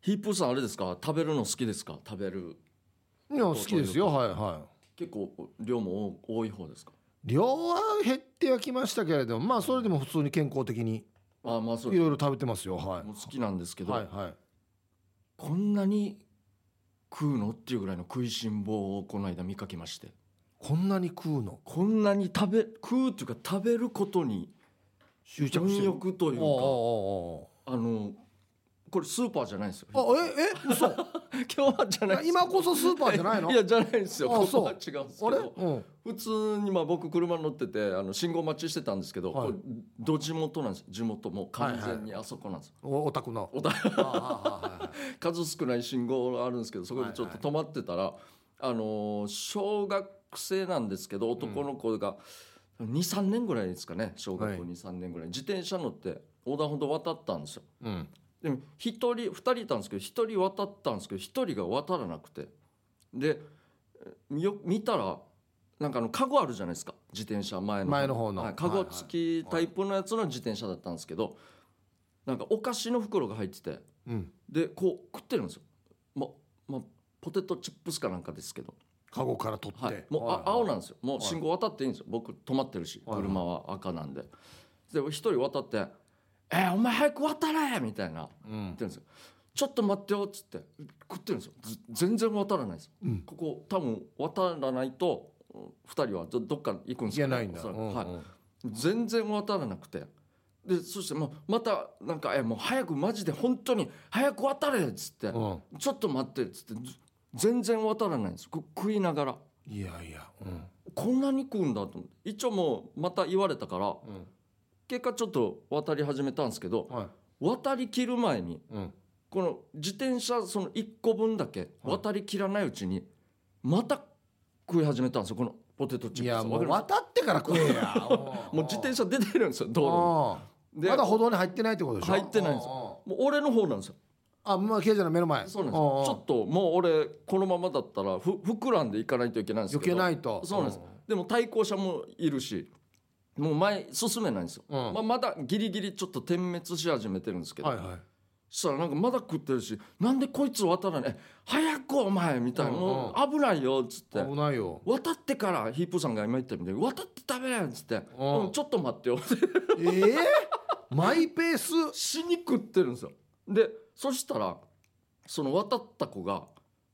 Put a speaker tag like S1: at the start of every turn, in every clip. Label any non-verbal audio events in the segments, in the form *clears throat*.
S1: ヒップさんあれですか食べるの好きですか食べる
S2: いや好きですよはいはい
S1: 結構量も多多い方ですか
S2: 量は減ってはきましたけれどもまあそれでも普通に健康的に
S1: ああまあそう
S2: い
S1: です
S2: ろいろ食べてますよは
S1: もう好きなんですけ
S2: い
S1: ど、
S2: はいはい
S1: こんなに食うのっていうぐらいの食いしん坊をこの間見かけまして
S2: こんなに食うの
S1: こんなに食べ食うっていうか食べることに
S2: 執着し
S1: 貪
S2: てる
S1: 欲というか
S2: お
S1: あのこれスーパーじゃないんですよ
S2: うおうおうおうあええ嘘
S1: *laughs* 今日はじゃない
S2: 今こそスーパーじゃないの
S1: いやじゃないんですよ
S2: あ
S1: ここ
S2: そう
S1: は違うんです
S2: あ
S1: け
S2: れ
S1: ど
S2: うん
S1: 普通にまあ僕車乗っててあの信号待ちしてたんですけど、
S2: は
S1: こ
S2: い
S1: れど地元なんです地元もう完全にあそこなんです、
S2: おオタクの
S1: お互い
S2: あああああ
S1: 数少ない信号があるんですけどそこでちょっと止まってたら、あのー小学生なんですけど男の子が23年ぐらいですかね小学校
S2: はい
S1: 23年ぐらい自転車乗って横断歩道渡ったんですよ
S2: あうん
S1: でも1人2人いたんですけど1人渡ったんですけど1人が渡らなくてでえよ見たらなんかあのカゴあるじゃないですか自転車前の
S2: 前の方の
S1: はい、カゴ付きタイプのやつの自転車だったんですけど、なんかお菓子の袋が入ってて
S2: うん
S1: でこう食ってるんですよ、まま、ポテトチップスかなんかですけど、
S2: カゴから取って、
S1: はい、もう、あ青なんですよもう
S2: はい
S1: 信号渡っていいんですよ、僕止まってるし
S2: はいはい
S1: 車は赤なんで、で一人渡って「えー、お前早く渡れ!」みたいな
S2: うん
S1: 言ってるんですよちょっと待ってよっつって食ってるんですよず全然渡らないですよ、
S2: うん
S1: ここ多分渡らないと2人はどどっか行くんで
S2: い
S1: すよ
S2: けないんだ、
S1: おそらく
S2: うんうん
S1: はい、全然渡らなくてでそしてまあまたなんか「えもう早くマジで本当に早く渡れ!」っつって、
S2: うん
S1: ちょっと待って」っつってず全然渡らないんですこ食いながら
S2: いやいや、うん
S1: こんなに食うんだと思って一応もうまた言われたから結果ちょっと渡り始めたんですけど
S2: はい、
S1: 渡りきる前に
S2: うん、
S1: この自転車その1個分だけ渡りきらないうちにまた食い始めたんですよこのポテトチ
S2: い
S1: ップ
S2: や
S1: ス
S2: もう
S1: わか
S2: 渡ってから食え
S1: *laughs*
S2: や
S1: りますもう自転車出てるんですよ道
S2: あ
S1: 路に
S2: あまだ歩道に入ってないってことでしょ
S1: 入ってないんです
S2: よ
S1: もう俺の方なんですよ
S2: あまあケイちゃんの目の前
S1: そうなんですよちょっともう俺このままだったらふ膨らんでいかないといけないんです
S2: 避
S1: けど
S2: けないと
S1: そうなんですでも対向車もいるしもう前進めないんですよ、
S2: うん
S1: まあ、まだギリギリちょっと点滅し始めてるんですけど、
S2: はいはい
S1: そしたらなんかまだ食ってるしなんでこいつ渡らないえ早くお前みたいな、
S2: うんうん
S1: もう危ないよっつって
S2: 危ないよ
S1: 渡ってからヒープさんが今言ったみたいに渡って食べないっつって、
S2: うん
S1: うんちょっと待ってよ
S2: ええマイペース
S1: 死に食ってるんですよでそしたらその渡った子が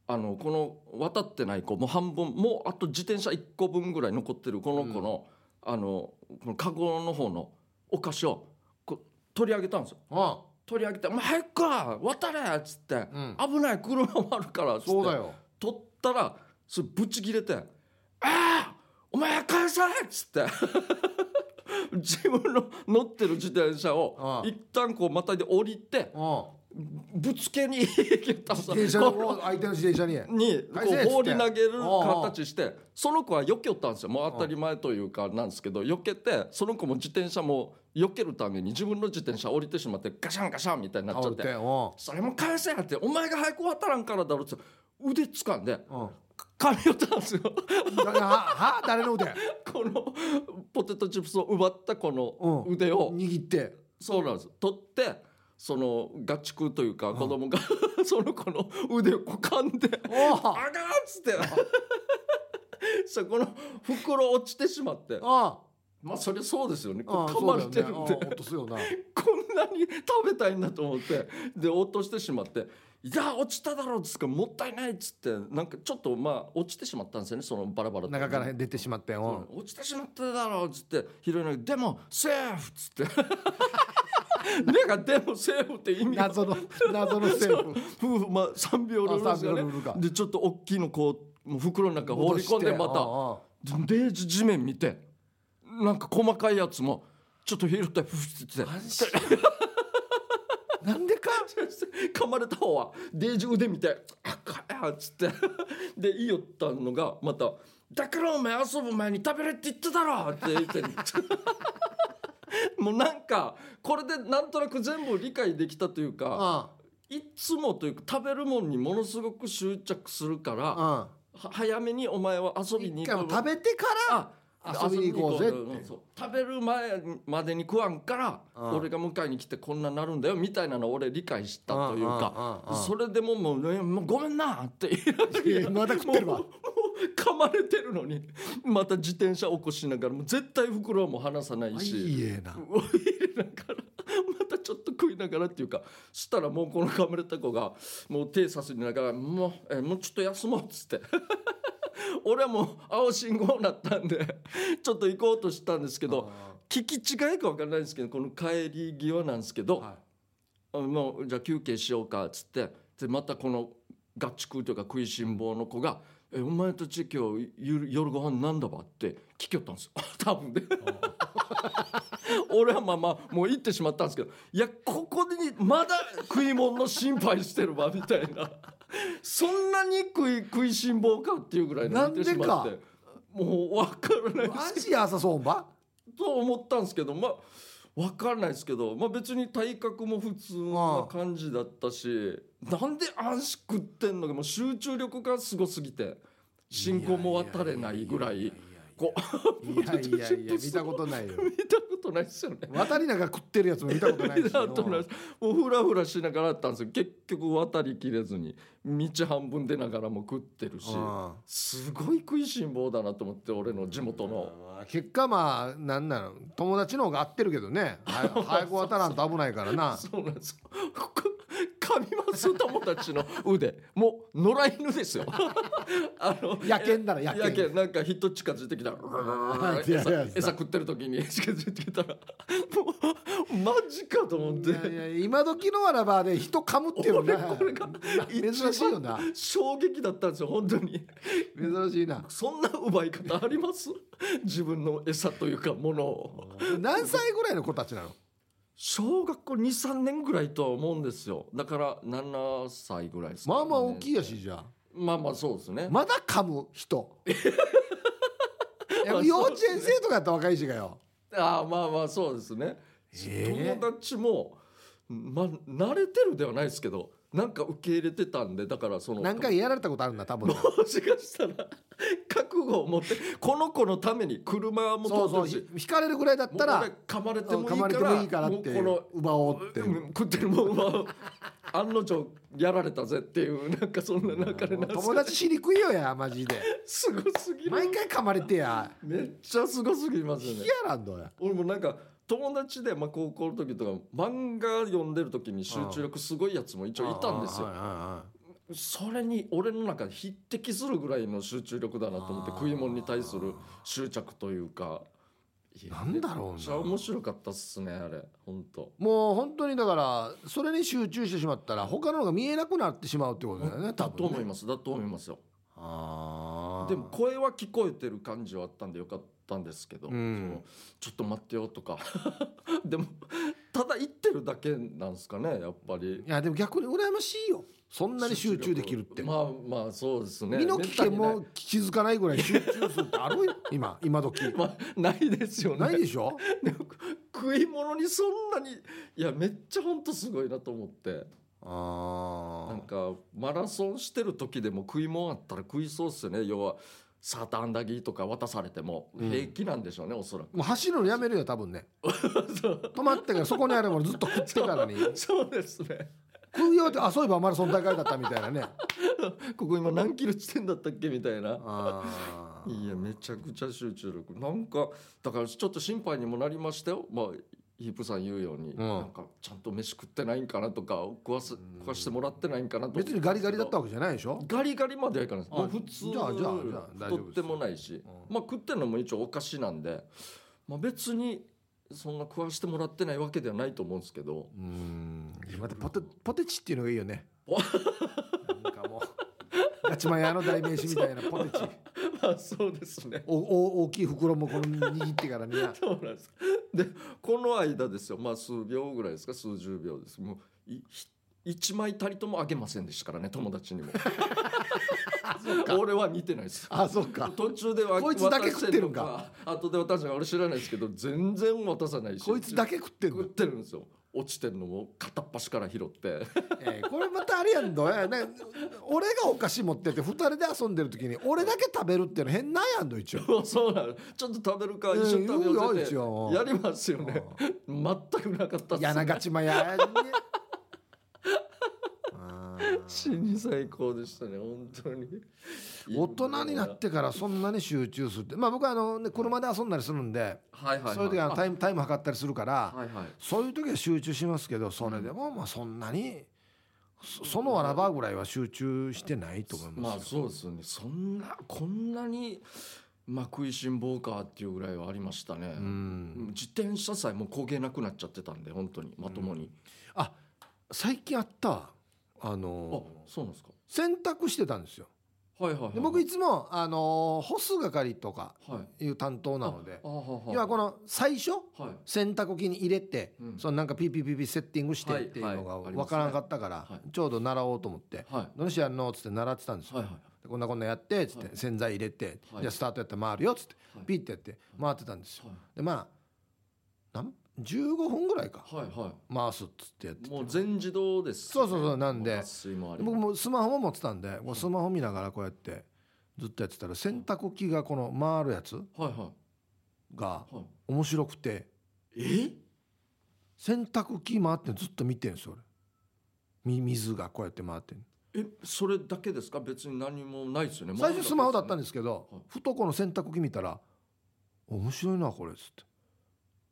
S1: あのこの渡ってない子もう半分もうあと自転車1個分ぐらい残ってるこの子の、あのこのカゴの方のお菓子をこう取り上げたんですよ
S2: あ
S1: 取り上げて「お前早くか渡れ!」っつって、
S2: うん
S1: 危ない車もあるから」っつって
S2: そうだよ
S1: 取ったらそれぶち切れて「ああお前返され!」っつって *laughs* 自分の乗ってる自転車
S2: あ
S1: を
S2: あ
S1: 一旦こうまたいで降りて
S2: あ
S1: ぶつけに行けた
S2: 自
S1: さ
S2: 転車を相手の自転車に
S1: に
S2: 返せっつっ
S1: こ
S2: て
S1: う放り投げる
S2: ああ
S1: 形してその子は避けよったんですよもう当たり前というかなんですけど避けてその子も自転車も避けるために自分の自転車降りてしまってガシャンガシャンみたいになっちゃ
S2: 煽
S1: っ
S2: っててう
S1: それも返せやってお前が早く渡らんからだろっつって腕掴んで
S2: んうん
S1: 髪をたんですよ *laughs*
S2: だは *laughs* は誰の腕
S1: このポテトチップスを奪ったこの
S2: うん
S1: 腕を、
S2: 握って
S1: そうなんです取ってそのガチ食うというか子供が *laughs* その子の腕をこう噛んで「
S2: お
S1: あ
S2: お
S1: がーっつって *laughs* そこの袋落ちてしまって
S2: あ
S1: まあそりゃそうですよね
S2: あ
S1: こう噛まれてるんで、
S2: 落とすよ
S1: こ
S2: な
S1: んなに食べたいんだと思ってで落としてしまって「いや落ちただろ」っつって「もったいない」っつってなんかちょっとまあ落ちてしまったんですよねそのバラバラと
S2: 中から出てしまって
S1: そう落ちてしまっただろうっつって拾いながらでもセーフ」っ
S2: *laughs*
S1: つって「なんかでもセーフ」って意味が
S2: 謎の謎のセーフ
S1: 夫婦まあ3秒ルールですよ
S2: あ三秒ルールか
S1: ねでちょっと大きいのこうもう袋の中放り込んでまたでレージ地面見てなんか細かいやつもちょっと拾ってフッって
S2: たなんでか
S1: 噛まれた方はデージ腕見て「あかや」っつって *laughs* で言いよったのがまた「だからお前遊ぶ前に食べれって言っただろ!」って言って *laughs* もうなんかこれでなんとなく全部理解できたというか
S2: あ
S1: いつもというか食べるもんにものすごく執着するからは
S2: あ
S1: 早めにお前は遊びに
S2: 一
S1: 行
S2: 回
S1: く
S2: も食べてから
S1: あ
S2: 遊びに行こうぜって
S1: んそう食べる前までに食わんから
S2: うん
S1: 俺が迎えに来てこんなになるんだよみたいなのを俺理解したというか
S2: か
S1: それでももう,、ね、もうごめんなって言い
S2: *laughs* また食ってるわ
S1: もうもう噛まれてるのに *laughs* また自転車起こしながらもう絶対袋はもう離さない
S2: い
S1: し
S2: いえな
S1: お入れながらまたちょっと食いながらっていうかしたらもうこの噛まれた子がもう手さすりながら「もうえもうちょっと休もう」っつって *laughs* 俺はもう青信号になったんでちょっと行こうとしたんですけど聞き違いか分からないんですけどこの帰り際なんですけど、
S2: は
S1: あもうじゃあ休憩しようかっつってでまたこのガチ食うというか食いしん坊の子が「えお前たち今日夜夜ご飯なんだば?」って聞きよったんですよ *laughs* 多分で俺はまあまあもう行ってしまったんですけどいやここにまだ食い物の心配してるわみたいなそんなに食い食いしん坊かっていうぐらいの見てしまっ
S2: なん
S1: てもう分からない
S2: い
S1: です
S2: マジ朝そうば
S1: と思ったんですけどまあ分かんないですけど、まあ、別に体格も普通な感じだったしなんであんし食ってんのかもう集中力がすごすぎて進行も渡れないぐらいこ
S2: ういやいやいや見たことないよ
S1: 見たことないですよね。
S2: 渡りなんか食ってるやつも見たことない
S1: 見
S2: *laughs* した
S1: ことないですもうフラフラしながらだったんですけど結局渡りきれずに道半分出ながらも食ってるし
S2: うん
S1: すごい食いしん坊だなと思って俺の地元の。
S2: 結果まあなんなの友達の方が合ってるけどねは *laughs* 早く渡らんと危ないからな
S1: そうなんです *laughs* よ。ここ噛みます友達の腕もう野良犬です
S2: *laughs*
S1: よ。あの
S2: 野犬だら野犬
S1: やけんなんか人近づいてきたら
S2: いやいや
S1: 餌餌食ってる時に *laughs* 近づいてきたらもうマジかと思っ
S2: いやい
S1: て。
S2: や今時のわらばで人噛むっていうの
S1: 俺
S2: な
S1: これが
S2: 珍しいよな
S1: 一番衝撃だったんですよ本当に
S2: 珍しいな
S1: そんな奪い方あります *laughs* 自分の餌というかものを
S2: 何歳ぐらいの子たちなの
S1: 小学校23年ぐらいとは思うんですよだから7歳ぐらいですか
S2: ま
S1: ね、
S2: あまあ大きいやしじゃあ
S1: まあまあそうですね。
S2: まだ噛む
S1: *laughs*
S2: 人いや
S1: まあ
S2: 幼稚園生とかやったら若いしがよ
S1: ああまあまあそうですね。
S2: ええ
S1: 友達もまあ慣れてるではないですけど、なんか受け入れてたんでだからその
S2: 何回やられたことあるんだ多分
S1: もしかしたら覚悟を持ってこの子のために車も
S2: そう
S1: 取
S2: そ
S1: っ
S2: う
S1: てるし。
S2: 引かれるぐらいだった
S1: もう
S2: ら
S1: 俺噛まれてもいいから
S2: 噛まれてもいいからっ
S1: もう
S2: て
S1: この
S2: 奪おうって
S1: うん食ってるもんは案の定やられたぜっていうなんかそんな中でなんか
S2: 友達しにくいよやマジです
S1: ごすぎる
S2: 毎回噛まれてや
S1: めっちゃすごすぎますよね
S2: 嫌なんだよ
S1: 俺もなんか友達で、まあ、高校の時とか漫画読んでる時に集中力すごいやつも一応いたんですよ
S2: よ
S1: それに俺の中で匹敵するぐらいの集中力だなと思って
S2: あー
S1: 食い物に対する執着というかいや
S2: なんだろうな
S1: めっちゃ面白かったっすねあれ本当
S2: もう本当にだからそれに集中してしまったら他ののが見えなくなってしまうってことだよね多
S1: だと
S2: 分
S1: 思い
S2: ね
S1: ますだと思いますよ
S2: あー
S1: でも声は聞こえてる感じはあったんでよかったんですけど、
S2: うん
S1: そのちょっと待ってよとか *laughs* でもただ言ってるだけなんですかねやっぱり
S2: いやでも逆に羨ましいよそんなに集中できるって、
S1: まあまあそうですね
S2: 身の危険も気づかないぐらい集中するってあるよ今今 *laughs* 時
S1: めったにない,、まあ、ないですよね
S2: ないでしょ
S1: でも食い物にそんなにいやめっちゃほんとすごいなと思ってな
S2: あ
S1: んかマラソンしてる時でも食い物あったら食いそうっすよね要はサーターアンダギーとか渡されても
S2: うん
S1: 平気なんでしょうね、おそらく
S2: もう走るのやめるよ多分 *laughs* ね止まってからそこにあるものずっと食ってたのに
S1: そうですね
S2: 食うよってあそういえばマラソン大会だったみたいなね
S1: ここ今何キロ地点だったっけみたいな
S2: あー
S1: いやめちゃくちゃ集中力なんかだからちょっと心配にもなりましたよまあヒープさん言うように、
S2: ん
S1: なんかちゃんと飯食ってないんかなとか食わす食わしてもらってないんかなとか
S2: 別にガリガリだったわけじゃないでしょ
S1: ガリガリまではいかないです
S2: あ
S1: もう普通
S2: じゃあじゃあじゃあ大丈夫で
S1: 太
S2: す
S1: ってもないし、まあ食ってんのも一応お菓子なんで、まあ、別にそんな食わしてもらってないわけではないと思うんですけ
S2: *laughs*
S1: ど
S2: うんまたポテポテチっていうのがいいよねなんかもうガチマヤの代名詞みた
S1: *laughs*
S2: いなポテチ
S1: まあそうですね
S2: おお大きい袋もこの握ってからみん
S1: *laughs*
S2: な
S1: そうなんですでこの間ですよまあ数秒ぐらいですか数十秒ですもういひ一枚たりともあげませんでしたからね友達に
S2: *laughs*
S1: も俺は見てないです
S2: あそうか
S1: 途中では
S2: こいつだけ食ってるんか
S1: 渡して後で渡すのか俺知らないですけど全然渡さないし
S2: こいつだけ食ってん
S1: 食っ
S2: の
S1: てるんですよ落ちてるのを片っ端から拾って *laughs*
S2: えーこれまたあれやんどや、ね、俺がお菓子持ってて2人で遊んでる時に俺だけ食べるっていうの変なんやんど一応
S1: そうなのちょっと食べるか一緒に食べようぜっ
S2: うんよ
S1: てやりますよね *laughs* 全くなかったっす
S2: やながち
S1: *laughs*
S2: まやにあ
S1: 死
S2: ー
S1: に最高でしたね本当に
S2: *laughs* 大人になっててからそんなに集中するってまあ僕はあの、ね、車で遊んだりするんで、
S1: はいはいはい
S2: そういう時はあのタイムタイム測ったりするから、
S1: あはいはい
S2: そういう時は集中しますけどそれでもまあそんなにそそのわらばぐらいは集中してないと思いますよ、
S1: まあそうですよねそんなこんなにまあ食いしん坊かっていうぐらいはありましたね、
S2: うん
S1: 自転車さえもう焦げなくなっちゃってたんで本当にまともに、
S2: あ最近あったわあ
S1: あ
S2: の
S1: そうなんですか
S2: 洗濯してたんですよ
S1: はいはいはい
S2: で僕いつもあの干す係とか
S1: はい
S2: いう担当なので
S1: ああはは
S2: 要はこの最初
S1: はい
S2: 洗濯機に入れて、
S1: うん
S2: そのなんかピーピーピーピーセッティングして
S1: はい
S2: っていうのが
S1: はい
S2: 分からなかったか
S1: あ
S2: ら、
S1: りますねは
S2: ちょうど習おうと思って
S1: はい
S2: 「どうしてやるの?」っつって習ってたんですよ、
S1: はいはい
S2: でこんなこんなやってっつって、
S1: は
S2: 洗剤入れて、
S1: はい
S2: じゃあスタートやったら回るよっつって、
S1: はい
S2: ピッてやって回ってたんですよ
S1: はい
S2: でまあなん15分ぐらいか
S1: はいは
S2: 回すっつってやって
S1: い。
S2: て
S1: もう全自動です。
S2: そうそうそうなんで
S1: 脱水もあり
S2: 僕もスマホも持ってたんでこうスマホ見ながらこうやってずっとやってたら洗濯機がこの回るやつ
S1: はいは
S2: が
S1: いは
S2: 面白くて
S1: い。え？
S2: 洗濯機回ってずっと見てんですよ俺み水がこうやって回ってん
S1: えそれだけですか？別に何もないですよね。
S2: 最初スマホだったん
S1: で
S2: ですけど
S1: はい
S2: ふとこの洗濯機見たら「面白いなこれ」っつって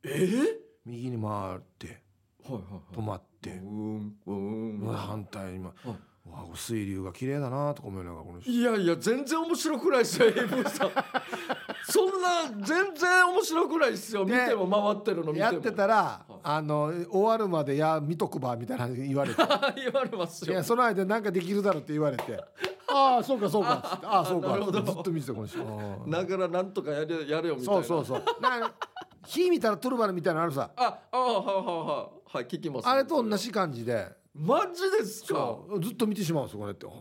S1: すよね。え
S2: 右に回って
S1: ー？はいは
S2: 止まって
S1: いはい。うーんうーん。
S2: うわ反対に回
S1: は
S2: うわ水流が綺麗だなとか思いながらこの人
S1: いいやいや全然面白くないですよエイブさん。 *laughs* そんな全然面白くないですよ。見
S2: ね
S1: ても回ってるの見ても。
S2: やってたら
S1: はい
S2: あの終わるまで「いや見とくば」みたいな言われて。
S1: *laughs* 言われます *laughs*
S2: い
S1: よ
S2: や。その間なんかできるだろうって言われ
S1: *laughs*
S2: て「ああそうかそうか」っつ *laughs* って「ああそうか
S1: なる」ほ
S2: ず
S1: ど
S2: っと見てたこの人うん
S1: だから *laughs* なんとかやれやれよみたい
S2: そ
S1: な。
S2: うそう
S1: う。
S2: そうなんか火見たらトルバルみたいなのあるさ
S1: ああはいはいはいはい聞きます。
S2: あれと同。じ感じで
S1: マジですか？
S2: そうずっと見てしまうんですよこれってああ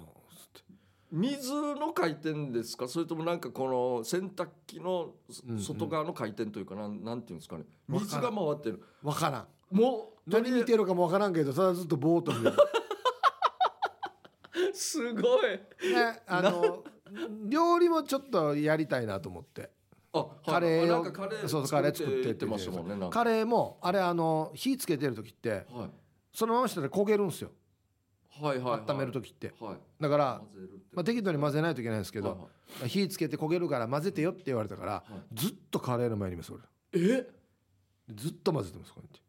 S2: つって
S1: 水の回転ですかそれともなんかこの洗濯機のそ
S2: うんうん
S1: 外側の回転というかなんなんていうんですかね
S2: わからん
S1: 水が回ってる
S2: 分からん
S1: もう
S2: 何見
S1: とり
S2: てるかも分からんけどただずっとぼーっと見る、
S1: あえずすごい *laughs*
S2: ね、あの料理もちょっとやりたいなと思って
S1: あはい
S2: カレー
S1: あな
S2: を
S1: んかカレー
S2: そうそうカレー作って
S1: 言ってましたもんねなんか
S2: カレーもあれあの火つけてる時って
S1: はい
S2: そのまましたら焦げるんですよ
S1: はいはいはい
S2: 温める時って
S1: はい
S2: だから
S1: 混ぜるって
S2: まあ、適度に混ぜないといけないんですけど、
S1: はいはい
S2: 火つけて焦げるから混ぜてよって言われたから、
S1: い
S2: ずっとカレーの前にいます俺
S1: え
S2: ずっと混ぜてますこうやって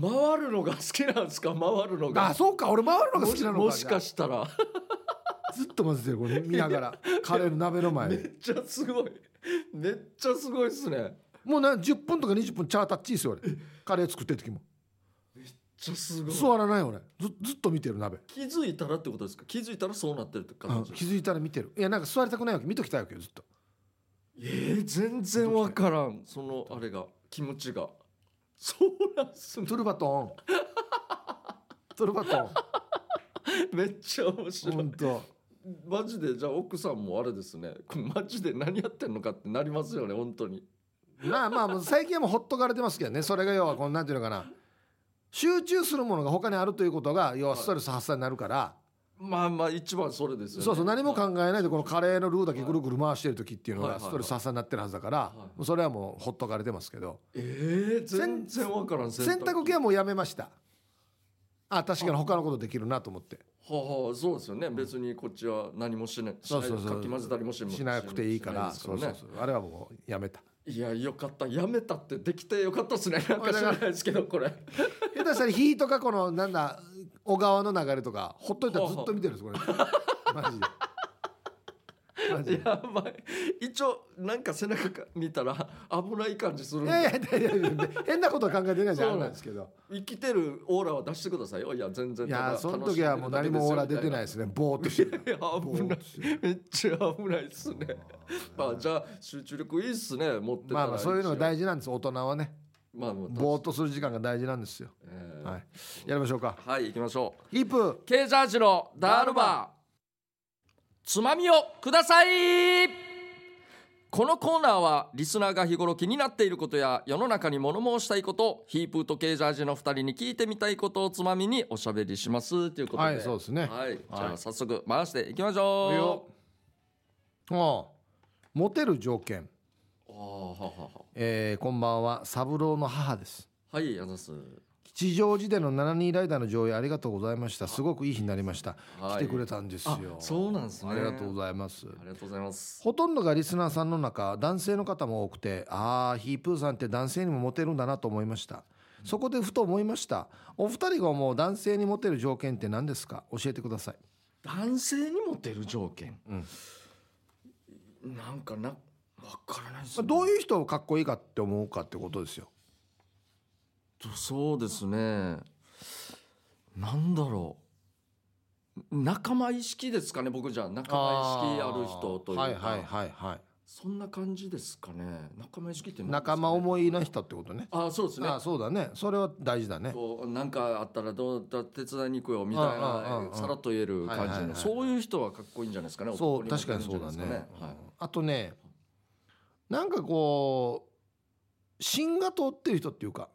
S1: 回るのが好きなんですか回るのが
S2: あそうか俺回るのが好きなのか
S1: もしもしか
S2: じ
S1: したら
S2: ゃあずっと混ぜてるこれ見なが
S1: *laughs*
S2: らカレーの鍋の前
S1: め
S2: で
S1: っちゃすごいめっちゃすごいですねめっ
S2: もうな10分とか20分チャータッチですよ俺カレー作ってる時も
S1: ちゃすごい
S2: 座らない俺ずずっと見てる鍋、
S1: 気づいたらってことですか気づいたらそうなってるって
S2: うん
S1: 感じ
S2: 気づいたら見てるいやなんか座りたくないわけ見ときたいわけよずっと
S1: えー、全然わからんそのあれが気持ちがそうなんすね
S2: トルバトン *laughs* トルバト
S1: めっちゃ面
S2: ン
S1: 白い
S2: 本当
S1: マジでじゃあ奥さんもあれですねこれマジで何やってんのかってなりますよね本当に
S2: まあまあもう最近はもうほっとかれてますけどねそれが要はこんなんていうのかな集中するものが他にあるということが要はストレス発散になるから
S1: まあまあ一番それですよね
S2: そうそう何も考えないでこのカレーのルーだけぐるぐる回してる時っていうの
S1: はい
S2: が
S1: はいはい
S2: ストレス発散になってるはずだから
S1: いはい
S2: もうそれはもうほっとかれてますけど
S1: えー、全然わからん
S2: 洗濯機は
S1: は
S2: もうやめましたあ確かに他のことできるなと思って
S1: はあ、そうですよね別にこっちは何もしない
S2: そうそうそう
S1: しないかき混ぜたりもしない
S2: しなくていいか
S1: しな
S2: ら
S1: です
S2: そうそう
S1: ね
S2: そうあれはもうやめた
S1: いやよかったやめたってできてよかった
S2: *laughs*
S1: ですねなんか知らないですけどこれ
S2: 下手したら火とかこのなんだ小川の流れとかほっといたらずっと見てるんで
S1: *laughs*
S2: すこれマジでマジで
S1: やばい一応なんか背中見たら危ない感じするん
S2: い
S1: で
S2: やいやいやいやいや変なことは考えてないじゃん
S1: そうな
S2: あれなんん
S1: で
S2: ですすけど
S1: 生きてるオーラは出してくださいよいや全然
S2: いや
S1: ただ
S2: その時はもう何もオーラ出てないですねぼーっとしてる
S1: いや *laughs* 危ないめっちゃ危ないですねあじゃあ集中力いいっすね持ってたら
S2: まあまあそういうのが
S1: 事
S2: 大事なんです大人はね
S1: まあまあ
S2: ぼーっとする時間が大事なんですよ
S1: えー
S2: はいやりましょうか
S1: はい行きましょう
S2: ヒープ
S1: ケージャージのダールバーつまみをくださいこのコーナーはリスナーが日頃気になっていることや世の中に物申したいことヒープーとケージャージの2人に聞いてみたいことをつまみにおしゃべりしますということで、
S2: はいそうですね
S1: はい、じゃ
S2: は
S1: あ
S2: い
S1: 早速回していきまし
S2: いい
S1: ょ
S2: よああモテる条件、
S1: うああははは
S2: えーこんばんは三郎の母です
S1: はいあざっす
S2: 吉祥寺での72ライダーの上映ありがとうございましたすごくいい日になりました
S1: はい
S2: 来てくれたんですよ
S1: あそうなんですね
S2: ありがとうございます
S1: ありがとうございます
S2: ほとんどがリスナーさんの中男性の方も多くてああヒープーさんって男性にもモテるんだなと思いましたそこでふと思いましたお二人が思う男性にモテる条件って何ですか教えてください
S1: 男性にモテる条件、
S2: うん
S1: なんかなわからないです
S2: まあ
S1: ね
S2: どういう人をかっこいいかって思うかってことですよ
S1: とそうですねなんだろう仲間意識ですかね僕じゃあ仲間意識ある人というか、
S2: はいはいはいはい
S1: そんな感じですかね仲間意識って何ですか
S2: 仲
S1: ね
S2: 間思いな人ってことね
S1: あそうですね
S2: あそうだねそれは大事だね
S1: こうなんかあったらどうだ手伝いに行くよみたい
S2: うんうんうん
S1: な
S2: うん
S1: さらっと言える感じの、
S2: はいはいはい
S1: そういう人はかっこいいんじゃないですかね
S2: そ
S1: 男
S2: う
S1: モ
S2: 確
S1: テ
S2: か
S1: るん
S2: に
S1: じ
S2: そ
S1: ゃ
S2: う
S1: な
S2: だ
S1: いです
S2: ね
S1: か
S2: うんあとねなんかこう芯が通ってる人っていうか
S1: はい、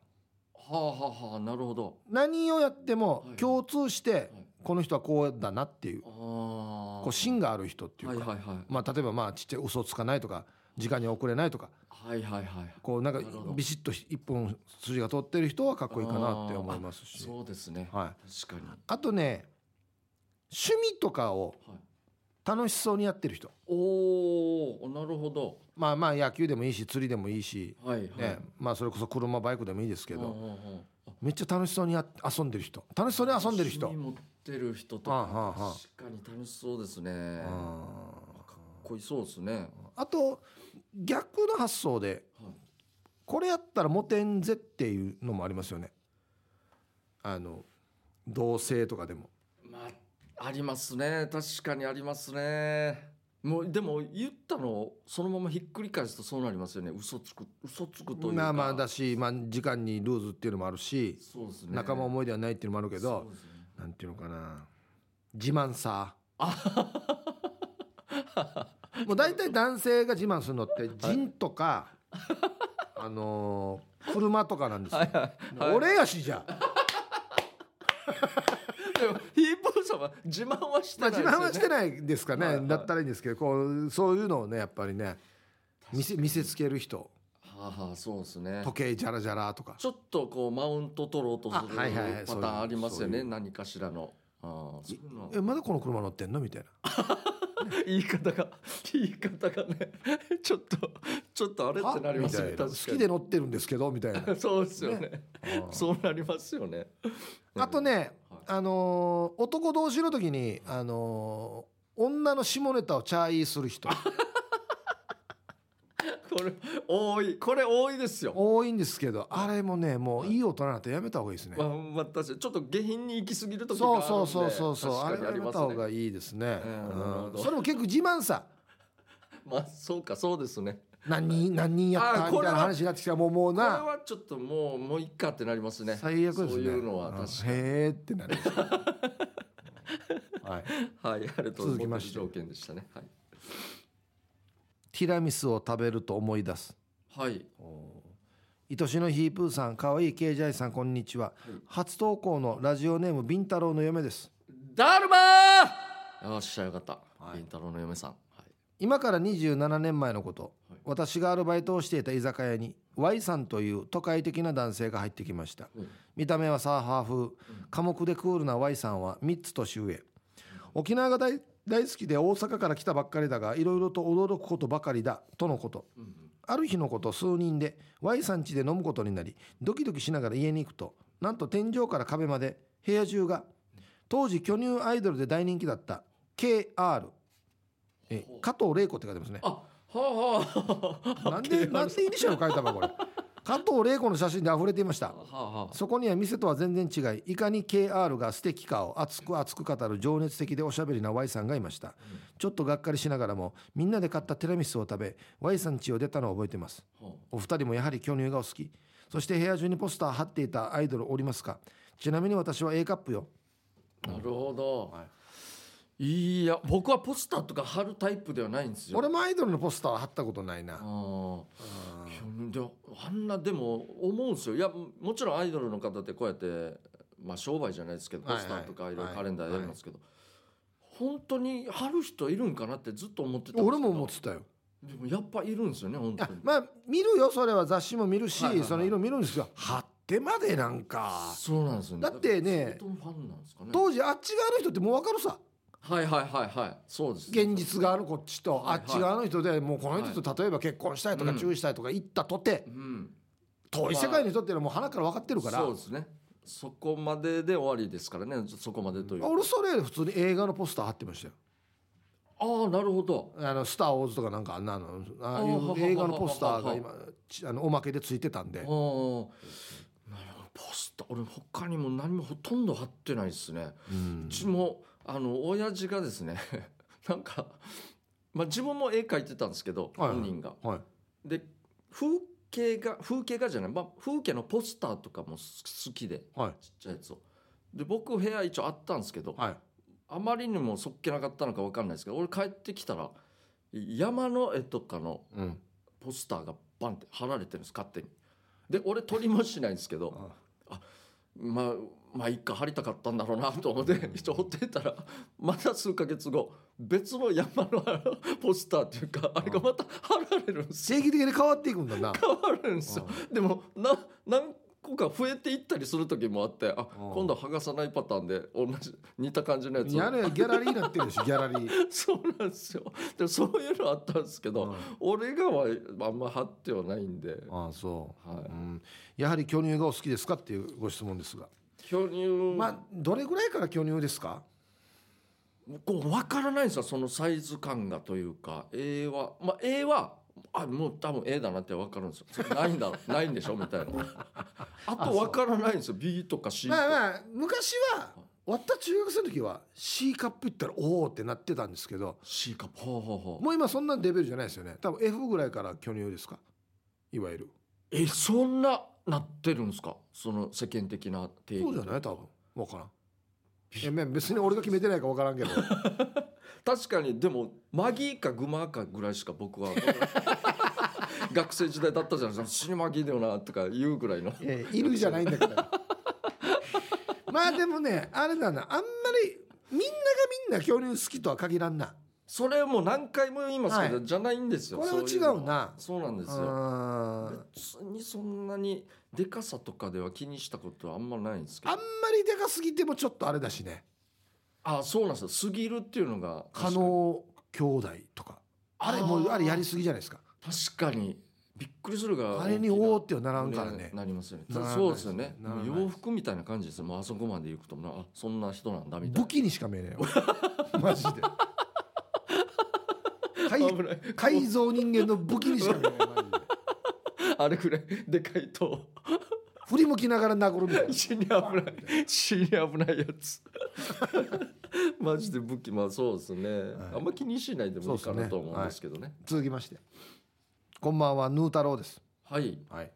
S1: はあはあはあなるほど
S2: 何をやっても
S1: はい
S2: 共通して
S1: はい
S2: この人はこうだなっていう
S1: ああ
S2: こう芯がある人ってい
S1: はいうはい
S2: か
S1: はい
S2: まあ例えばまあちっちゃい嘘つかないとか時間に遅れないとか
S1: はいはいはい
S2: こうなんか
S1: なるほど
S2: ビシッと一本筋が通ってる人はかっこいいかなって思いますし
S1: そうですね、
S2: はい
S1: 確かに、
S2: あとね趣味とかを
S1: はい
S2: 楽しそうにやってる人
S1: おおなるほど
S2: まあまあ野球でもいいし釣りでもいいし、
S1: はいはい、
S2: ねまあ、それこそ車バイクでもいいですけ
S1: うん
S2: ど
S1: うんうんあ
S2: めっちゃ楽しそうにやっ遊んでる人楽しそうに遊んでる人
S1: 趣味持ってる人と
S2: ああああああ
S1: か確かに楽しそうですね
S2: うん
S1: かっこいいそうですね
S2: あと逆の発想で
S1: はい
S2: これやったらモテんぜっていうのもありますよねあの同性とかでも
S1: まあありますね確かにありますねもうでも言ったのをそのままひっくり返すとそうなりますよね嘘つく嘘つくというか
S2: まあまあだし、まあ、時間にルーズっていうのもあるし、
S1: そうですね
S2: 仲間
S1: う
S2: 思いではないっていうのもあるけど、
S1: ですね
S2: なんていうのかな自慢さ *laughs* もう大体男性が自慢するのって「人」とか、あのー車とかなんですよ、
S1: はい
S2: 俺やしじゃ、
S1: でもヒープーさんは自慢はして
S2: ま
S1: な
S2: あ、
S1: いですよね、
S2: 自慢はしてないですかね、
S1: はいはい
S2: だったらいいんですけどこうそういうのをねやっぱりね見せ見せつける人
S1: はあ、はあ、そうですね
S2: 時計じゃらじゃらとか
S1: ちょっとこうマウント取ろうとする
S2: あはいはいはい
S1: パターンありますよ
S2: そうい
S1: ね
S2: う
S1: 何かしらのあーそういうの
S2: 「えまだこの車乗ってんの?」みたいな
S1: 言い方が言い方がね *laughs* ちょっとちょっとあれ
S2: 「
S1: ってなります
S2: あ
S1: ね
S2: みたいな
S1: 確
S2: 好
S1: かに
S2: きで乗ってるんですけど」みたいな
S1: そうですよね
S2: うん
S1: *laughs* そうなりますよね
S2: *laughs* あとね、
S1: はい
S2: あのー男同士の時に、あのー女の下ネタをチャーイす
S1: *laughs*
S2: る人
S1: これ多いこれ多いですよ
S2: 多いんですけどあれもねもういい大人になってやめた方がいいですね、
S1: まあ、まあ確かにちょっと下品に行き過ぎるときがあ
S2: そ
S1: る
S2: うん
S1: で
S2: そうそうそうそうあ
S1: 確
S2: れ
S1: か
S2: や
S1: にあり
S2: め
S1: ま
S2: た
S1: す
S2: 方
S1: ね
S2: がいいですね、
S1: うん
S2: うん
S1: なるほど
S2: それも結構自慢さ
S1: まあそうかそうですね
S2: 何人何人やった
S1: あ
S2: み
S1: こ
S2: た
S1: れ
S2: い
S1: は
S2: な話になってきたらもうもう
S1: これ
S2: な
S1: はちょっともうもういっかってなりますね
S2: 最悪ですね
S1: そういうのは確か
S2: うんへえってなり
S1: *laughs*
S2: ますねはい
S1: にはいありがとうございます
S2: 続きまして
S1: 条件でしたねはい
S2: ティラミスを食べると思い出す
S1: はい。
S2: 愛しのヒープーさんかわいいケイジャイさんこんにちは、初投稿のラジオネームビンタロウの嫁です
S1: だるまー。よっしゃよかった。
S2: はい
S1: りんたろうの嫁さん。はい。
S2: 今から27年前のこと、
S1: はい
S2: 私がアルバイトをしていた居酒屋に Y さんという都会的な男性が入ってきました、
S1: うん
S2: 見た目はサーファー風、寡黙でクールな Y さんは3つ年上沖縄が大大好きで大阪から来たばっかりだがいろいろと驚くことばかりだとのこと
S1: うんうん
S2: ある日のこと数人で Y さん家で飲むことになりドキドキしながら家に行くとなんと天井から壁まで部屋中が当時巨乳アイドルで大人気だった KR え加藤玲子って書いてますね
S1: あ、はあはあ。
S2: なんでなんでイニシャル書いたのこれ加藤玲子の写真で溢れていました
S1: はあはあ。
S2: そこには店とは全然違いいかに KR が素敵かを熱く熱く語る情熱的でおしゃべりな Y さんがいました、ちょっとがっかりしながらもみんなで買ったティラミスを食べ Y さん家を出たのを覚えてます
S1: は
S2: お二人もやはり巨乳がお好きそして部屋中にポスター貼っていたアイドルおりますかちなみに私は A カップよ
S1: あなるほど。
S2: はい
S1: いや僕はポスターとか貼るタイプではないんですよ
S2: 俺もアイドルのポスターは貼ったことない
S1: あ
S2: な
S1: ー
S2: うん
S1: いやでもあんなでも思うんですよいやもちろんアイドルの方ってこうやって、まあ、商売じゃないですけど
S2: はい
S1: ポ
S2: はい
S1: スターとかいろい
S2: は
S1: ろ
S2: い
S1: カレンダーやりますけど、本当に貼る人いるんかなってずっと思ってたんですけど
S2: 俺も思ってたよ
S1: でもやっぱいるんですよね本当
S2: あ
S1: に
S2: まあ見るよそれは雑誌も見るし、
S1: はいはいはい
S2: その色見るんですよ貼ってまでなんか
S1: そうなんですよね
S2: だってね
S1: 本当にファンなんですかね
S2: 当時あっち側の人ってもう分かるさ
S1: はいはいはいはいそうです
S2: 現実側のこっちとあ
S1: はい
S2: っち側の人でもうこの人と例えば結婚したいとか
S1: うん
S2: 注意したいとか言ったとて
S1: うん
S2: 遠い世界の人っていうのはもう鼻から分かってるから
S1: そうですねそこまでで終わりですからねそこまでという
S2: 俺それより普通に映画のポスター貼ってましたよ
S1: ああなるほど
S2: 「あのスター・ウォーズ」とかなんかあんなのああい
S1: あーははは
S2: う
S1: は
S2: 映画のポスターが今ちあのおまけでついてたん
S1: あ
S2: で
S1: あなるほどポスター俺他にも何もほとんど貼ってないですね
S2: うん
S1: うちもあの親父がですね *laughs* なんかまあ自分も絵描いてたんですけど
S2: はいはい
S1: 本人が
S2: はい
S1: で風景が風景画じゃない、まあ、風景のポスターとかも好好きで
S2: はい
S1: ちっちゃいやつをで僕部屋一応あったんですけど、
S2: はい
S1: あまりにもそっけなかったのか分かんないですけど俺帰ってきたら山の絵とかの
S2: うん
S1: ポスターがバンって貼られてるんです勝手にで俺取りもしないんですけ
S2: *laughs*
S1: どまあまあ一回貼りたかったんだろうなと思って人追ってたらまた数ヶ月後別の山のあのポスターっていうかあれがまた貼られるんですよ
S2: 正義的に変わっていくんだな
S1: 変わるんですよでもな何個か増えていったりする時もあってあ
S2: うん
S1: 今度は剥がさないパターンで同じ似た感じのやつを
S2: やれギャラリーになってるしギャラリー
S1: *laughs* そうなんですよでもそういうのあったんですけど、
S2: うん
S1: 俺がはあんま張ってはないんで、
S2: ああそう、
S1: はい
S2: うん、やはり巨乳がお好きですかっていうご質問ですが、
S1: 巨乳
S2: まあどれぐらいから巨乳ですか
S1: こう分からないんですよそのサイズ感がというか A はまあ A はあもう多分 A だなって分かるんですよそれないんだ *laughs* ないんでしょみたいなあと分からないんですよ B とか C とか、
S2: まあまあ昔は割った中学生の時は C カップいったらおおってなってたんですけど
S1: C かほうほうほう
S2: もう今そんなレベルじゃないですよね多分 F ぐらいから巨乳ですかいわゆる
S1: えそんななってるんですかその世間的な定義
S2: そうじゃない多分分からんいやまあ別に俺が決めてないか分から
S1: *laughs*
S2: んけど
S1: 確かにでもマギーかグマーかぐらいしか僕は *laughs* 学生時代だったじゃないですか死にマギーだよなとか言うぐらいの
S2: いやいやいるじゃないん
S1: *laughs*
S2: だからまあでもねあれだなあんまりみんながみんな巨乳好きとは限らんな
S1: それも何回も言いますけど、
S2: は
S1: じゃないんですよ
S2: これは
S1: そ
S2: 違
S1: いの
S2: うな
S1: そうなんですよ
S2: あー
S1: 別にそんなにでかさとかでは気にしたことはあんまないんですけ
S2: あ
S1: ど
S2: んまりでかすぎてもちょっとあれだしね
S1: あそうなんですよ過ぎるっていうのが
S2: 加納兄弟とかあれもう
S1: あー
S2: あれやりすぎじゃないですか
S1: 確かにびっくりするが
S2: あれに「おお」ってはならんからね
S1: なりますよね
S2: ならない
S1: そうですよね
S2: ならない
S1: もう洋服みたいな感じですもうあそこまで行くともうあそんな人なんだみたい
S2: 武
S1: な
S2: 器にしか見えないよマジ
S1: *laughs*
S2: で改
S1: 危ない
S2: 改造人間の武器にしか見えないマジで
S1: あれぐらいでかいと
S2: 振り向きながら殴るみたい
S1: *laughs*
S2: な
S1: 死に危ない死に危ないやつマジで武器まあそうですね、
S2: はい
S1: あんま気にしないでもいいか
S2: そうっす
S1: な
S2: ね
S1: と思うんですけどね
S2: 続きましてこんばんはヌー太郎です
S1: はい、
S2: はい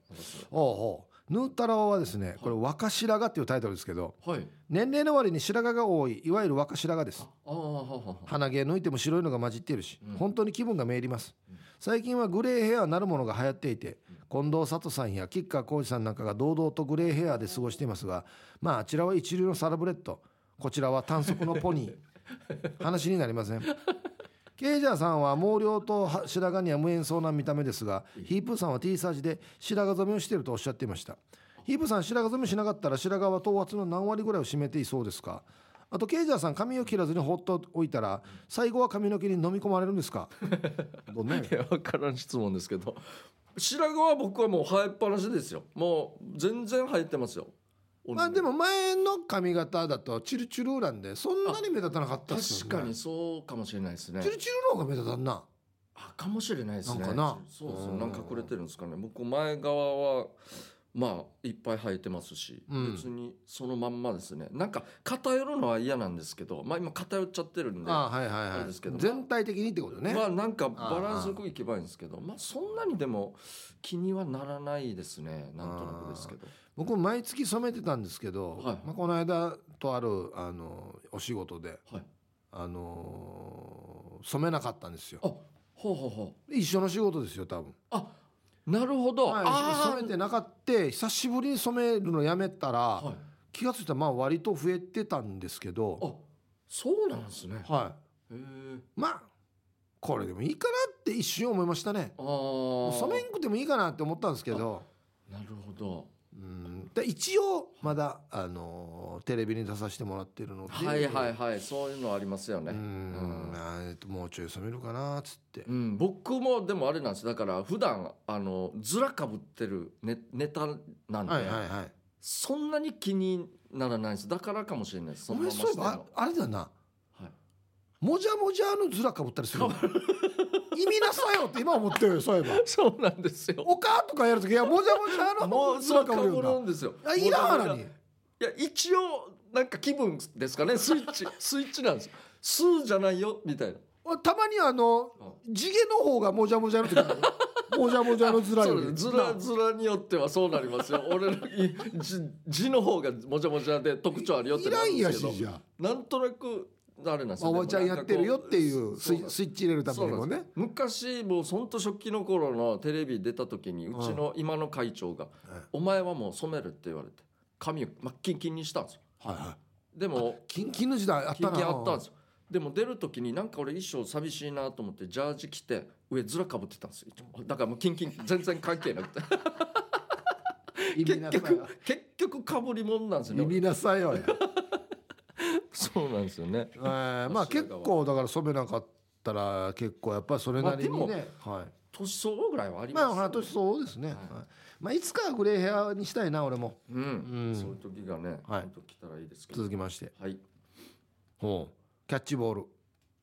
S2: おうおうヌー太郎はですねこれ「若白髪」っていうタイトルですけど
S1: はい
S2: 年齢の割に白髪が多いいわゆる若白髪です
S1: ああははは
S2: 鼻毛抜いても白いのが混じっているし、
S1: うん
S2: 本当に気分がめいります、
S1: うん
S2: 最近はグレーヘアなるものが流行っていて、近藤里さんや吉川浩司さんなんかが堂々とグレーヘアで過ごしていますがまああちらは一流のサラブレッドこちらは短足のポニー話になりませんケイジャーさんは毛量とは白髪には無縁そうな見た目ですがヒープーさんは T サージで白髪染めをしているとおっしゃっていましたヒープーさん白髪染めしなかったら白髪は頭髪の何割ぐらいを占めていそうですかあとケイジャーさん髪を切らずに放っておいたら最後は髪の毛に飲み込まれるんですかどん
S1: *laughs*
S2: なんや
S1: いや分からん質問ですけど白髪は僕はもう生えっぱなしですよもう全然生えてますよ
S2: まあでも前の髪型だとチルチルなんでそんなに目立たなかったっすよ
S1: 確
S2: ね
S1: かにそうかもしれないですね
S2: チルチルの方が目立たんな
S1: あかもしれないですね
S2: なんかな
S1: そうそう
S2: うん
S1: なんか隠れてるんですかね僕前側はまあいっぱい生えてますし、
S2: うん
S1: 別にそのまんまですねなんか偏るのは嫌なんですけどまあ今偏っちゃってるんで
S2: ああはいはい
S1: あ
S2: は
S1: れですけど
S2: い全体的にってことね
S1: まあなんかバランスよくいけばいいんですけどまあそんなにでも気にはならないですねなんとなくですけど
S2: 僕も毎月染めてたんですけど
S1: はい
S2: まあこの間とあるあのお仕事で
S1: はい
S2: あのー染めなかったんですよ
S1: あほうほうほう
S2: 一緒の仕事ですよ多分、
S1: あなるほど、
S2: はい、
S1: あ
S2: 染めてなかった久しぶりに染めるのやめたら、
S1: あ、はい、
S2: 気がついたらまあ割と増えてたんですけど
S1: あそうなんですね、
S2: は
S1: へえ
S2: いまあこれでもいいかなって一瞬思いましたね
S1: あー
S2: 染めんくてもいいかなって思ったんですけど
S1: なるほど
S2: うんで一応まだ、あのーテレビに出させてもらってるので
S1: はいはいはいそういうのありますよね
S2: う
S1: うん
S2: んあーえっともうちょい染めるかなっつって
S1: うん、僕もでもあれなんですだから普段あのずらかぶってるネネタなんで、
S2: はいはいはい
S1: そんなに気にならないですだからかもしれないです
S2: お
S1: の
S2: 前
S1: ま
S2: そういえ
S1: ましてん
S2: ばああれだな
S1: のはい
S2: もじゃもじゃのズラかぶったりす
S1: *laughs*
S2: るの意味なさよって今思ってるよそういえば
S1: そうなんですよ
S2: おかとかやるときいやもじゃもじゃ
S1: も
S2: の
S1: う
S2: ズ
S1: そ
S2: ラ
S1: う
S2: か
S1: か
S2: ぶる
S1: ぶ
S2: よ
S1: る
S2: なん
S1: ですよ
S2: あいらんわなに
S1: いや一応なんか気分です
S2: *laughs*
S1: かねスイッチスイッチなんですよスーじゃないよみたいな
S2: 俺たまにあの地毛の方がもじゃもじゃの時ある
S1: *laughs*
S2: よもじゃもじゃのズラ
S1: そ
S2: よ
S1: う
S2: り
S1: ずらずらによってはそうなりますよ俺のいじ字の方がもじゃもじゃで特徴あるよって
S2: い
S1: な
S2: ら
S1: る
S2: ん
S1: んで
S2: や
S1: すけど
S2: しじゃあ
S1: なんとなくあれなんですよ
S2: おばちゃんやってるよっていうス
S1: そう
S2: イ
S1: なんです
S2: スイッチ入れるために
S1: そ
S2: も
S1: うなん
S2: ね
S1: です昔もうほんと初期の頃のテレビ出た時にうちの今の会長が「お前はもう染める」って言われて髪を真っキンキンにしたんですよ
S2: はいはい
S1: でも
S2: キンキンの時代あっ
S1: キ
S2: た
S1: ン
S2: な
S1: キンあったんですよでも出る時になんか俺衣装寂しいなと思ってジャージ着て上ずらかぶってたんですよいつもだからもうキ
S2: *laughs*
S1: ンキン全然関係なくて
S2: 意味
S1: 結
S2: なさ
S1: 局
S2: よ
S1: 結局かぶりもんなんです
S2: 意
S1: よね
S2: 味なさよや
S1: そうなんですよね
S2: えー
S1: *laughs*
S2: まあ結構だから染めなかったら結構やっぱりそれなりにねはい
S1: 年相応ぐらいはあります
S2: まあ、半年そうですね、
S1: はい
S2: はいまあ、いつかはグレーヘアにしたいな俺も
S1: う
S2: うんん
S1: そういう時がね
S2: はい
S1: 本当来たらいいですけど
S2: 続きまして
S1: はい
S2: ほうキャッチボール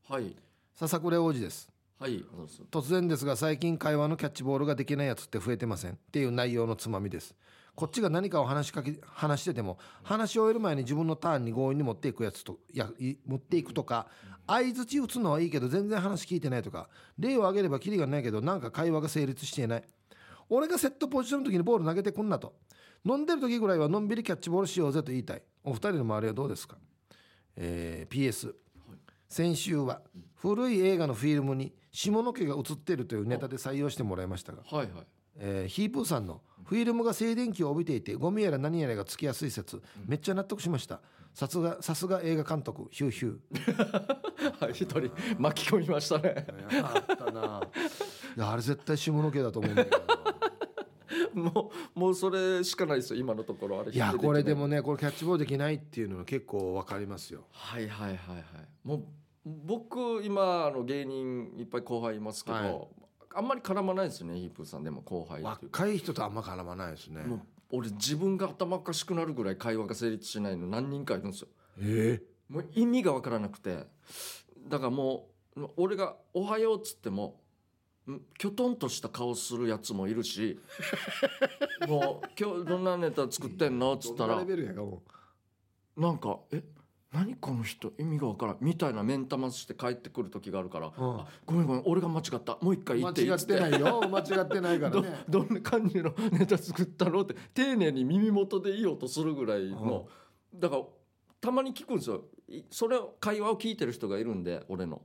S1: はい
S2: 笹倉王子です
S1: はいそうそう
S2: 突然ですが最近会話のキャッチボールができないやつって増えてませんっていう内容のつまみですこっちが何かを話しかけ話してても話し終える前に自分のターンに強引に持っていくやつとやい持っていくとか相槌打つのはいいけど全然話聞いてないとか例を挙げればキリがないけどなんか会話が成立していない俺がセットポジションの時にボール投げてくんなと飲んでる時ぐらいはのんびりキャッチボールしようぜと言いたいお二人の周りはどうですか、えー PS 先週は古い映画のフィルムに下野家が映っているというネタで採用してもらいましたが、
S1: はいはい
S2: えーヒープーさんのフィルムが静電気を帯びていてゴミやら何やらがつきやすい説めっちゃ納得しましたさすがさすが映画監督ヒューヒュー
S1: はい、 *laughs* 一人巻き込みましたね。 *laughs*
S2: あった *laughs* ないやあれ絶対下野家だと思うんだ *laughs* けど
S1: もう、もうそれしかないですよ、今のところあれ。
S2: いやこれで。もねこれキャッチボールできないっていうのは結構わかりますよ
S1: はいはいはいはい。もう、僕、今、あの芸人いっぱい後輩いますけど。
S2: はい
S1: あんまり絡まないですね、ヒープーさんでも後輩っていうか。
S2: 若い人とあんま絡まないですね
S1: もう、俺、自分が頭おかしくなるぐらい会話が成立しないの、何人かいるんですよ。
S2: え
S1: もう意味がわからなくて。だから、もう、俺がおはようっつっても。んきょとんとした顔するやつもいるし
S2: *laughs*
S1: もう今日どんなネタ作ってんのっつったら
S2: レベルやかも
S1: なんか「え何この人意味がわからん」みたいなメンタマして帰ってくる時があるから「
S2: うん
S1: あごめんごめん俺が間違ったもう一回言
S2: 間
S1: って」
S2: 違ってないいよ *laughs* 間違ってないから
S1: ど
S2: ね
S1: どんな感じのネタ作ったのって丁寧に耳元で言おうとするぐらいの、だからたまに聞くんですよいそれを会話を聞いてる人がいるんで俺の。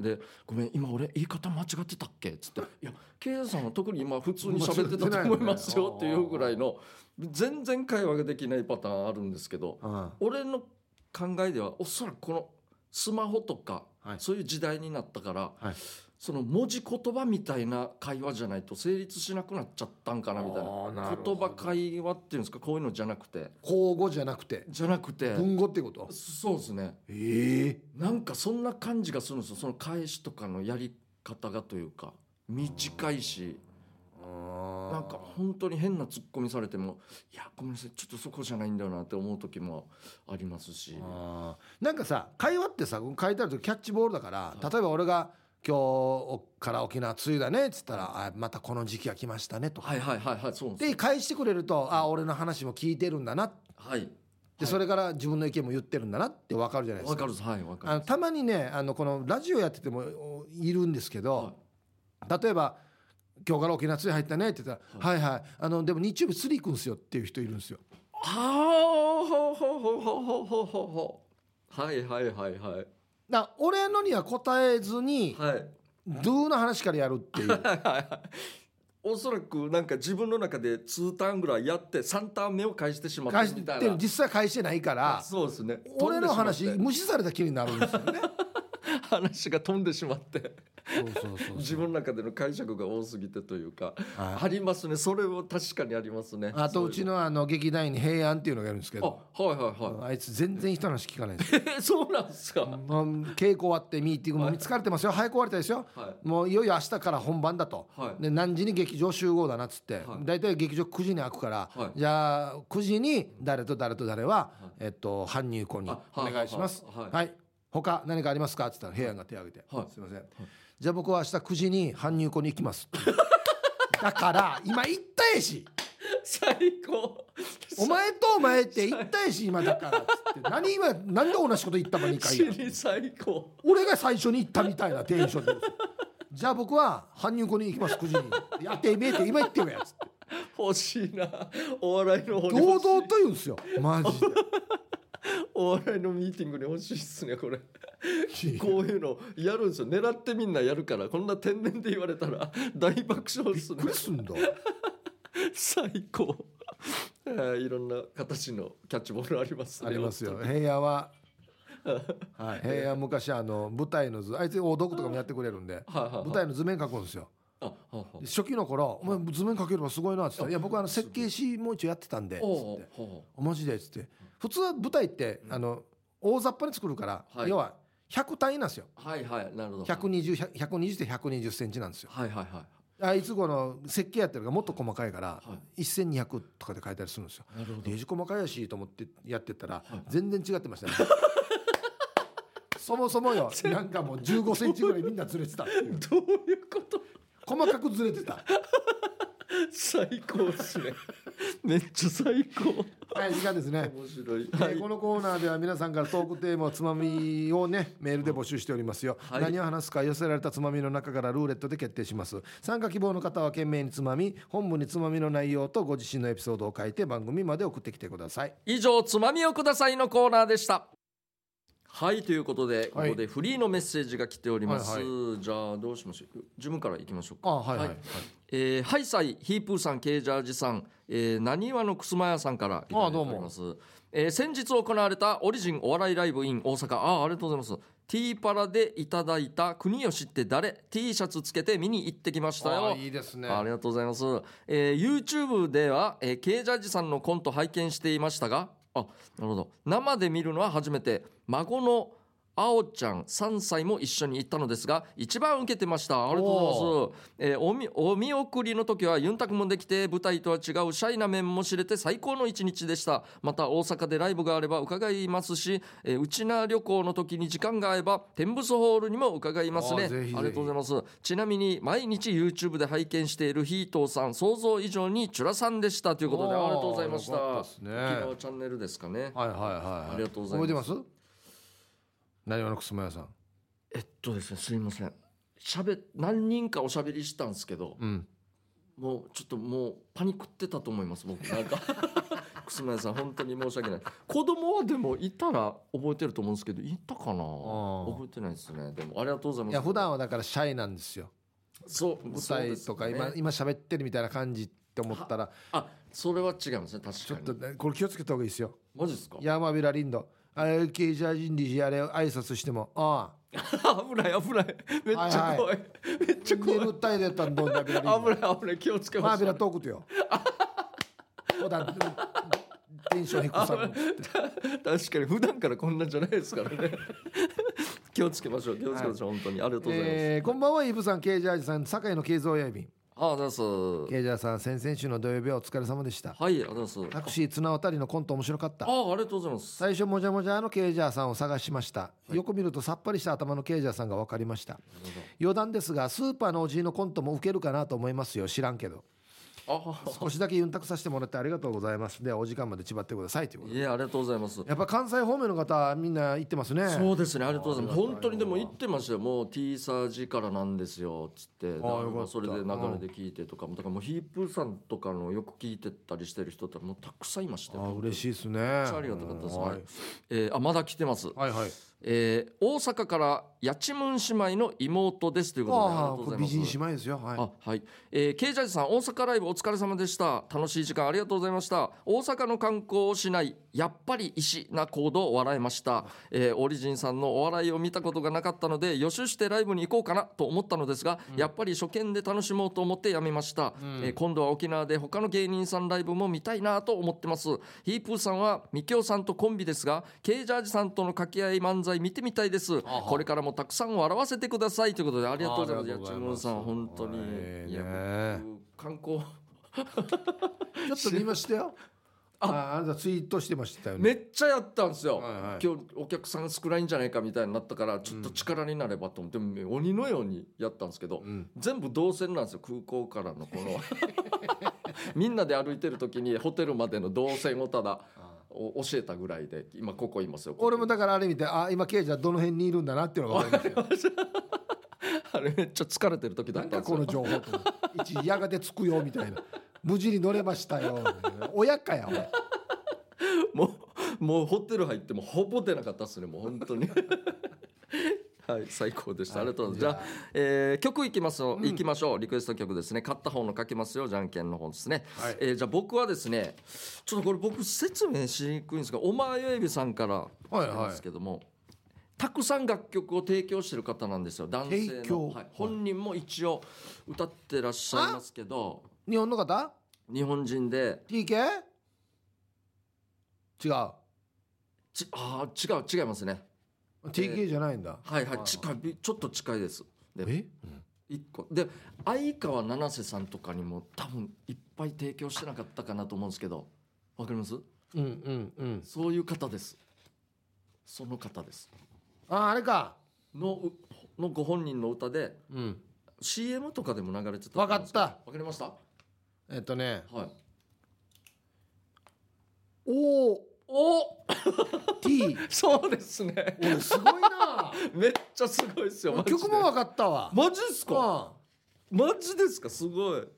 S1: で「ごめん今俺言い方間違ってたっけ?」っつって「いや圭太さんは特に今普通に喋ってたと思いますよ」っていうぐらいの全然会話ができないパターンあるんですけど
S2: うん
S1: 俺の考えではおそらくこのスマホとか、
S2: はい
S1: そういう時代になったから、
S2: はい
S1: その文字言葉みたいな会話じゃないと成立しなくなっちゃったんかなみたいな
S2: あーなるほど
S1: 言葉会話っていうんですかこういうのじゃなくて
S2: 口語じゃなくて
S1: じゃなくて、
S2: 文語ってこと
S1: そうですね
S2: ええ
S1: なんかそんな感じがするんですよその返しとかのやり方がというか短いしな
S2: な
S1: んか本当に変なツッコミされてもいやごめんなさいちょっとそこじゃないんだよなって思う時もありますし。
S2: なんかさ会話ってさ書いてあるとキャッチボールだから例えば俺が「今日おから沖縄梅雨だね」っつったら「あまたこの時期が来ましたね」とか。
S1: はいはいはいはいそうなんです
S2: で返してくれると「あ俺の話も聞いてるんだな」
S1: はい
S2: でそれから自分の意見も言ってるんだなって分かるじゃないです
S1: わ
S2: か。
S1: かるですはいわか
S2: あ
S1: る
S2: のたまにねあのこのラジオやっててもおいるんですけ
S1: は
S2: ど、例えば「今日から沖縄梅雨入ったね」って言ったら「はいはいあのでも日曜日釣り行くんですよ」っていう人いるんですよ。 *laughs*
S1: あーほうほうほうほうほうほうほうはいはいはいはい
S2: だ俺のには答えずに、
S1: はい
S2: ドゥの話からやるっていう。
S1: おそらくなんか自分の中で2ターンぐらいやって3ターン目を返して *laughs* しまった
S2: 返し
S1: みた
S2: て
S1: い
S2: る
S1: な
S2: 実際返してないから
S1: そうですね
S2: 俺の話
S1: 飛んでしまっ
S2: 無視された気になるんですよね。
S1: て話が飛んでしまって
S2: そうそうそう
S1: 自分の中での解釈が多すぎてというか
S2: はい
S1: ありますねそれは確かにありますね
S2: あとう
S1: そい
S2: ちのあの劇団員に平安っていうのがいるんですけ
S1: あ
S2: ど
S1: はいはいは
S2: あいつ全然人の話聞かないんですよ。
S1: いえ *laughs* そうなんですか、
S2: まあ稽古終わってミーティングも見つかれてますよ早く終わりたいですよ
S1: は
S2: もういよいよ明日から本番だと、
S1: はい
S2: で何時に劇場集合だなっつって、
S1: はい
S2: 大体劇場9時に開くから、
S1: はい
S2: じゃあ9時に誰と誰と誰は、えっと、搬入庫に
S1: あ
S2: お願いします
S1: はいはいはい
S2: 他何かありますかって言ったら平安が手を挙げて、
S1: はい
S2: すいません、じゃあ僕は明日9時に搬入庫に行
S1: *laughs*
S2: きますってだから今行ったやし
S1: 最高
S2: お前とお前って行ったやし今だからっつって何今何で同じこと言ったの2回
S1: 死
S2: や
S1: に最高
S2: 俺が最初に行ったみたいなテンションでじゃあ僕は搬入庫に行きます9時にやってめえって今言ってよやつって
S1: 欲しいなお笑いの方に
S2: 堂
S1: 欲しい
S2: 々と言うんですよマジ
S1: お笑いのミーティングに欲しいっすねこれ
S2: で
S1: こういうのやるんですよ狙ってみんなやるからこんな天然で言われたら大爆笑っすね
S2: びっくりすんだ
S1: 最高 *laughs* えーいろんな形のキャッチボールありますね
S2: ありますよ平野ははい平野昔あの舞台の図あいつ大道具とかもやってくれるんで
S1: はいはいはい
S2: 舞台の図面描くんですよ
S1: あはあはあ
S2: 初期の頃「お前図面描ければすごいな」っつって「いや僕はあの設計士もう一応やってたんで」つ
S1: おう
S2: って
S1: ほ
S2: 「マジで」っつって普通は舞台ってあの大雑把に作るから
S1: はい
S2: 要は100単位なんですよ
S1: うはいはいなるほど
S2: 120 120って120センチなんですよ
S1: はいはいは
S2: あいつこの設計やってるからもっと細かいから
S1: は
S2: 1200とかで書いたりするんですよ
S1: いなるほど
S2: デジ細かいやしと思ってやってったら全然違ってまし
S1: *laughs*
S2: たねそもそもよなんかもう1 5センチぐらいみんなずれてたっていう
S1: どういうこと
S2: 細かくずれてた
S1: 最高っすね *laughs* めっちゃ最高
S2: はい時間ですね
S1: 面白い、
S2: え
S1: は
S2: ー
S1: い
S2: このコーナーでは皆さんからトークテーマつまみをねメールで募集しておりますよ、
S1: はい
S2: 何を話すか寄せられたつまみの中からルーレットで決定します参加希望の方は懸命につまみ本部につまみの内容とご自身のエピソードを書いて番組まで送ってきてください
S1: 以上つまみをくださいのコーナーでしたはいということでこ
S2: はい
S1: こでフリーのメッセージが来ております、
S2: はい
S1: じゃあどうしましょう自分からいきましょうか
S2: あはいはい、
S1: はいえーハイサイヒープーさんケージャージさんえーなにわのくすまやさんからいただいておりますえー先日行われたオリジンお笑いライブ in 大阪あーありがとうございます T パラでいただいた国吉って誰 T シャツつけて見に行ってきました
S2: あ
S1: よ
S2: いいですね
S1: ありがとうございます。えー YouTube では、えー、K ジャージさんのコント拝見していましたが、あ、なるほど。生で見るのは初めて、孫のあおちゃん3歳も一緒に行ったのですが、一番受けてました。ありがとうございます。えーおみお見送りの時はユンタクもできて、舞台とは違うシャイな面も知れて最高の一日でした。また大阪でライブがあれば伺いますし、えー、うちな旅行の時に時間が合えば、天仏ホールにも伺いますね。
S2: あーぜひぜひ
S1: ありがとうございます。ございますちなみに毎日 YouTube で拝見しているヒートーさん想像以上にチュラさんでしたということであ
S2: おー
S1: りがとうございました
S2: よかったですね
S1: 昨日チャンネルですかね
S2: はいはいはいはい
S1: ありがとうございます
S2: 覚えてます何わのくすまやさん
S1: えっとですねすいませんしゃべ何人かおしゃべりしたんですけど
S2: うん
S1: もうちょっともうパニックってたと思います僕なん
S2: *laughs*
S1: か楠谷さん本当に申し訳ない子供はでもいたら覚えてると思うんですけどいたかな
S2: ー
S1: 覚えてないですねでもありがとうございます
S2: いや普段はだからシャイなんですよ
S1: そう
S2: 舞
S1: そう
S2: 台
S1: です
S2: とか
S1: ね
S2: 今、今喋ってるみたいな感じって思ったら
S1: あそれは違いますね確かに
S2: ちょっとねこれ気をつけた方がいいですよ
S1: マジですか
S2: ヤマビラリンドあれケージャージンディジあれ挨拶してもああ
S1: 危ない危ないめっちゃ怖い、めっちゃ
S2: 寝
S1: 怖い
S2: る訴えでったんどんだビラリン
S1: 危
S2: ド
S1: ない危ない気をつけ
S2: マ
S1: ま
S2: ー
S1: し
S2: ビ
S1: ょ
S2: ラ
S1: う
S2: トーク
S1: *laughs*
S2: とよほらテンション低くさる
S1: 確かに普段からこんなんじゃないですから *laughs* ね気をつけましょう気をつけましょう、本当にありがとうございます、
S2: えーこんばんはイブさんケージャージさん酒井の慶三親便
S1: ああざっす
S2: ケージャーさん先々週の土曜日はお疲れ様でした
S1: はいあざっす
S2: タクシー綱渡りのコント面白かった
S1: ああありがとうございます
S2: 最初もじゃもじゃのケージャーさんを探しました、よく見るとさっぱりした頭のケージャーさんが分かりました余談ですがスーパーのおじいのコントも受けるかなと思いますよ知らんけど
S1: あ
S2: 少しだけユンタクさせてもらってありがとうございますではお時間まで縛ってくださいということで
S1: いやありがとうございます
S2: やっぱ関西方面の方みんな行ってますね
S1: そうですねありがとうございます本当にでも言ってましたよもう T サージからなんですよっつってなん
S2: よかっ
S1: か
S2: た
S1: それで流れで聞いてとかもだからもうヒープーさんとかのよく聞いてたりしてる人ってもうたくさんいました
S2: あ
S1: よ
S2: 嬉しいですね
S1: めっちゃありがたかったです。
S2: うん
S1: はい。えーあまだ来てます。
S2: はいはい
S1: えー大阪から八千文姉妹の妹ですということでありが
S2: あ
S1: と
S2: あ
S1: う
S2: こ
S1: ござ
S2: れ
S1: いま
S2: 美
S1: す
S2: 人姉妹ですよはい
S1: あはい、えー、ケイジャージさん大阪ライブお疲れ様でした楽しい時間ありがとうございました大阪の観光をしないやっぱり石な行動を笑いました、えーオリジンさんのお笑いを見たことがなかったので予習してライブに行こうかなと思ったのですが、やっぱり初見で楽しもうと思ってやめました、えー今度は沖縄で他の芸人さんライブも見たいなと思ってますヒープーさんはみきおさんとコンビですがケイジャージさんとの掛け合い漫才見てみたいです
S2: は
S1: これからもたくさん笑わせてくださいということでありがとうございます
S2: ありがとうご
S1: 八
S2: ざい
S1: 千
S2: ま
S1: 文
S2: す
S1: さん本当に、
S2: はい
S1: いや
S2: ね
S1: 僕観光
S2: ちょっと見ましたよあああなたツイートしてましたよね
S1: めっちゃやったんですよ、
S2: はいはい
S1: 今日お客さん少ないんじゃないかみたいになったからちょっと力になればと思って、鬼のようにやったんですけど、
S2: うん
S1: 全部動線なんですよ空港からのこ
S2: *laughs*
S1: のみんなで歩いてる時にホテルまでの動線をただお教えたぐらいで今ここいますよ
S2: 俺もだからあれ見てあ今ケイジはどの辺にいるんだなっていうのが分かりまし
S1: *laughs*
S2: たよ
S1: あれめっちゃ疲れてる時だ
S2: な
S1: っ
S2: ん
S1: たん
S2: か
S1: です
S2: こ
S1: よ
S2: の情報と一時やがてつくよみたいな無事に乗れました
S1: *laughs*
S2: よ親かや俺
S1: もうもうホテル入ってもほぼ出なかったですねもう本
S2: *laughs*
S1: 当にはい最高でした、ありがとうございますじゃあ、えー曲いきますよ、いきましょうリクエスト曲ですね勝った方のかけますよじゃんけんの方ですね、
S2: はい
S1: えーじゃあ僕はですねちょっとこれ僕説明しにくいんですがおまゆえびさんから
S2: はいはい
S1: なんですけども、たくさん楽曲を提供してる方なんですよ男性
S2: 提
S1: の、
S2: 供
S1: はい本人も一応歌ってらっしゃいますけど
S2: 日本の方
S1: 日本人で
S2: TK
S1: ち
S2: 違う
S1: あー違う違いますね
S2: TK じゃないんだ、
S1: はいはい近いちょっと近いですで
S2: え
S1: 一個で相川七瀬さんとかにも多分いっぱい提供してなかったかなと思うんですけどわかります
S2: うんうんうん
S1: そういう方ですその方です
S2: ああれか
S1: のうのご本人の歌で
S2: うん
S1: CM とかでも流れてた
S2: わかった
S1: わかりましたは
S2: えっとね
S1: い
S2: O
S1: お
S2: T
S1: そうです *laughs* ね
S2: 俺すごいな
S1: めっちゃすごいですよマジで
S2: 曲も分かったわ
S1: マジっすか
S2: か
S1: マジですかすごい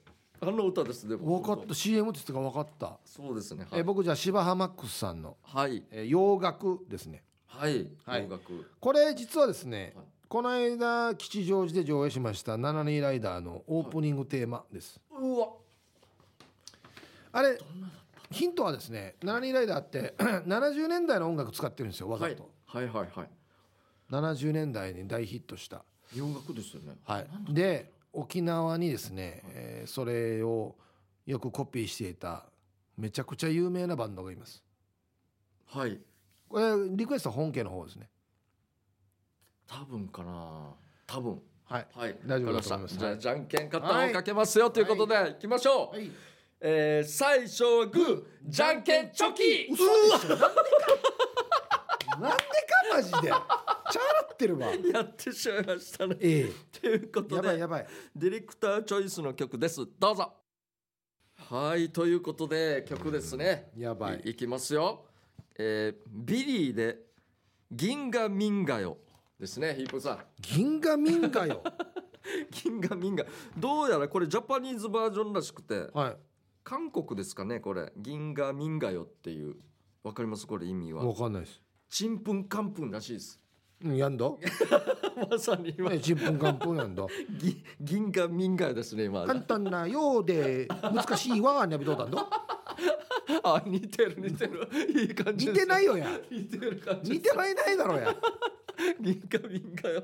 S1: あの歌ですね
S2: 分かった CM って言ってたから分かった、
S1: そうですねは
S2: え
S1: い
S2: 僕じゃあ柴浜マックスさんの、
S1: はい
S2: えー洋楽ですね
S1: はい
S2: はい
S1: 音楽
S2: これ実はですね、
S1: はい
S2: この間吉祥寺で上映しました「七人ライダー」のオープニングテーマです、
S1: うわ
S2: あれヒントはですね「七人ライダー」って *clears throat* 70年代の音楽使ってるんですよわざ
S1: はい
S2: と、、
S1: はいはいはい
S2: 70年代に大ヒットした
S1: 洋楽ですよね
S2: はい、で沖縄にですね、えーそれをよくコピーしていためちゃくちゃ有名なバンドがいます
S1: はい
S2: これリクエストは本家の方ですね
S1: 多分かな多分
S2: はい
S1: はい
S2: 大丈夫だと思い
S1: わか
S2: ます
S1: りしたじゃあじゃんけん勝った方をかけますよ、ということで、い、きましょう、
S2: はい
S1: えー最初はグーじゃんけんチョキ
S2: 嘘でしょなんでかなんでかマジでチャラっ
S1: *laughs*
S2: てるわ
S1: やってしまいましたね
S2: え
S1: ということ
S2: えやばい
S1: で
S2: やばい
S1: ディレクターチョイスの曲ですどうぞはいということで曲ですね
S2: やばい
S1: いいきますよ、えービリーで銀河民ガよですねヒープーさん
S2: 銀河民家よ
S1: 銀河民河どうやらこれジャパニーズバージョンらしくて
S2: は
S1: 韓国ですかねこれ銀河民河よっていうわかりますこれ意味
S2: い
S1: は
S2: わかんないです
S1: ちんぷんかんぷんらしいです
S2: *laughs* うんやんだ
S1: まさに今
S2: えちんぷんかんぷんや
S1: *laughs*
S2: んだ
S1: ぎ銀河民河よですね今
S2: 簡単なようで難しいわねびどうだんだ
S1: *laughs* あ似てる似てるいい感じ
S2: 似
S1: です
S2: てないよや
S1: 似てる感じ
S2: 似てないないだろうや
S1: 銀河民河よ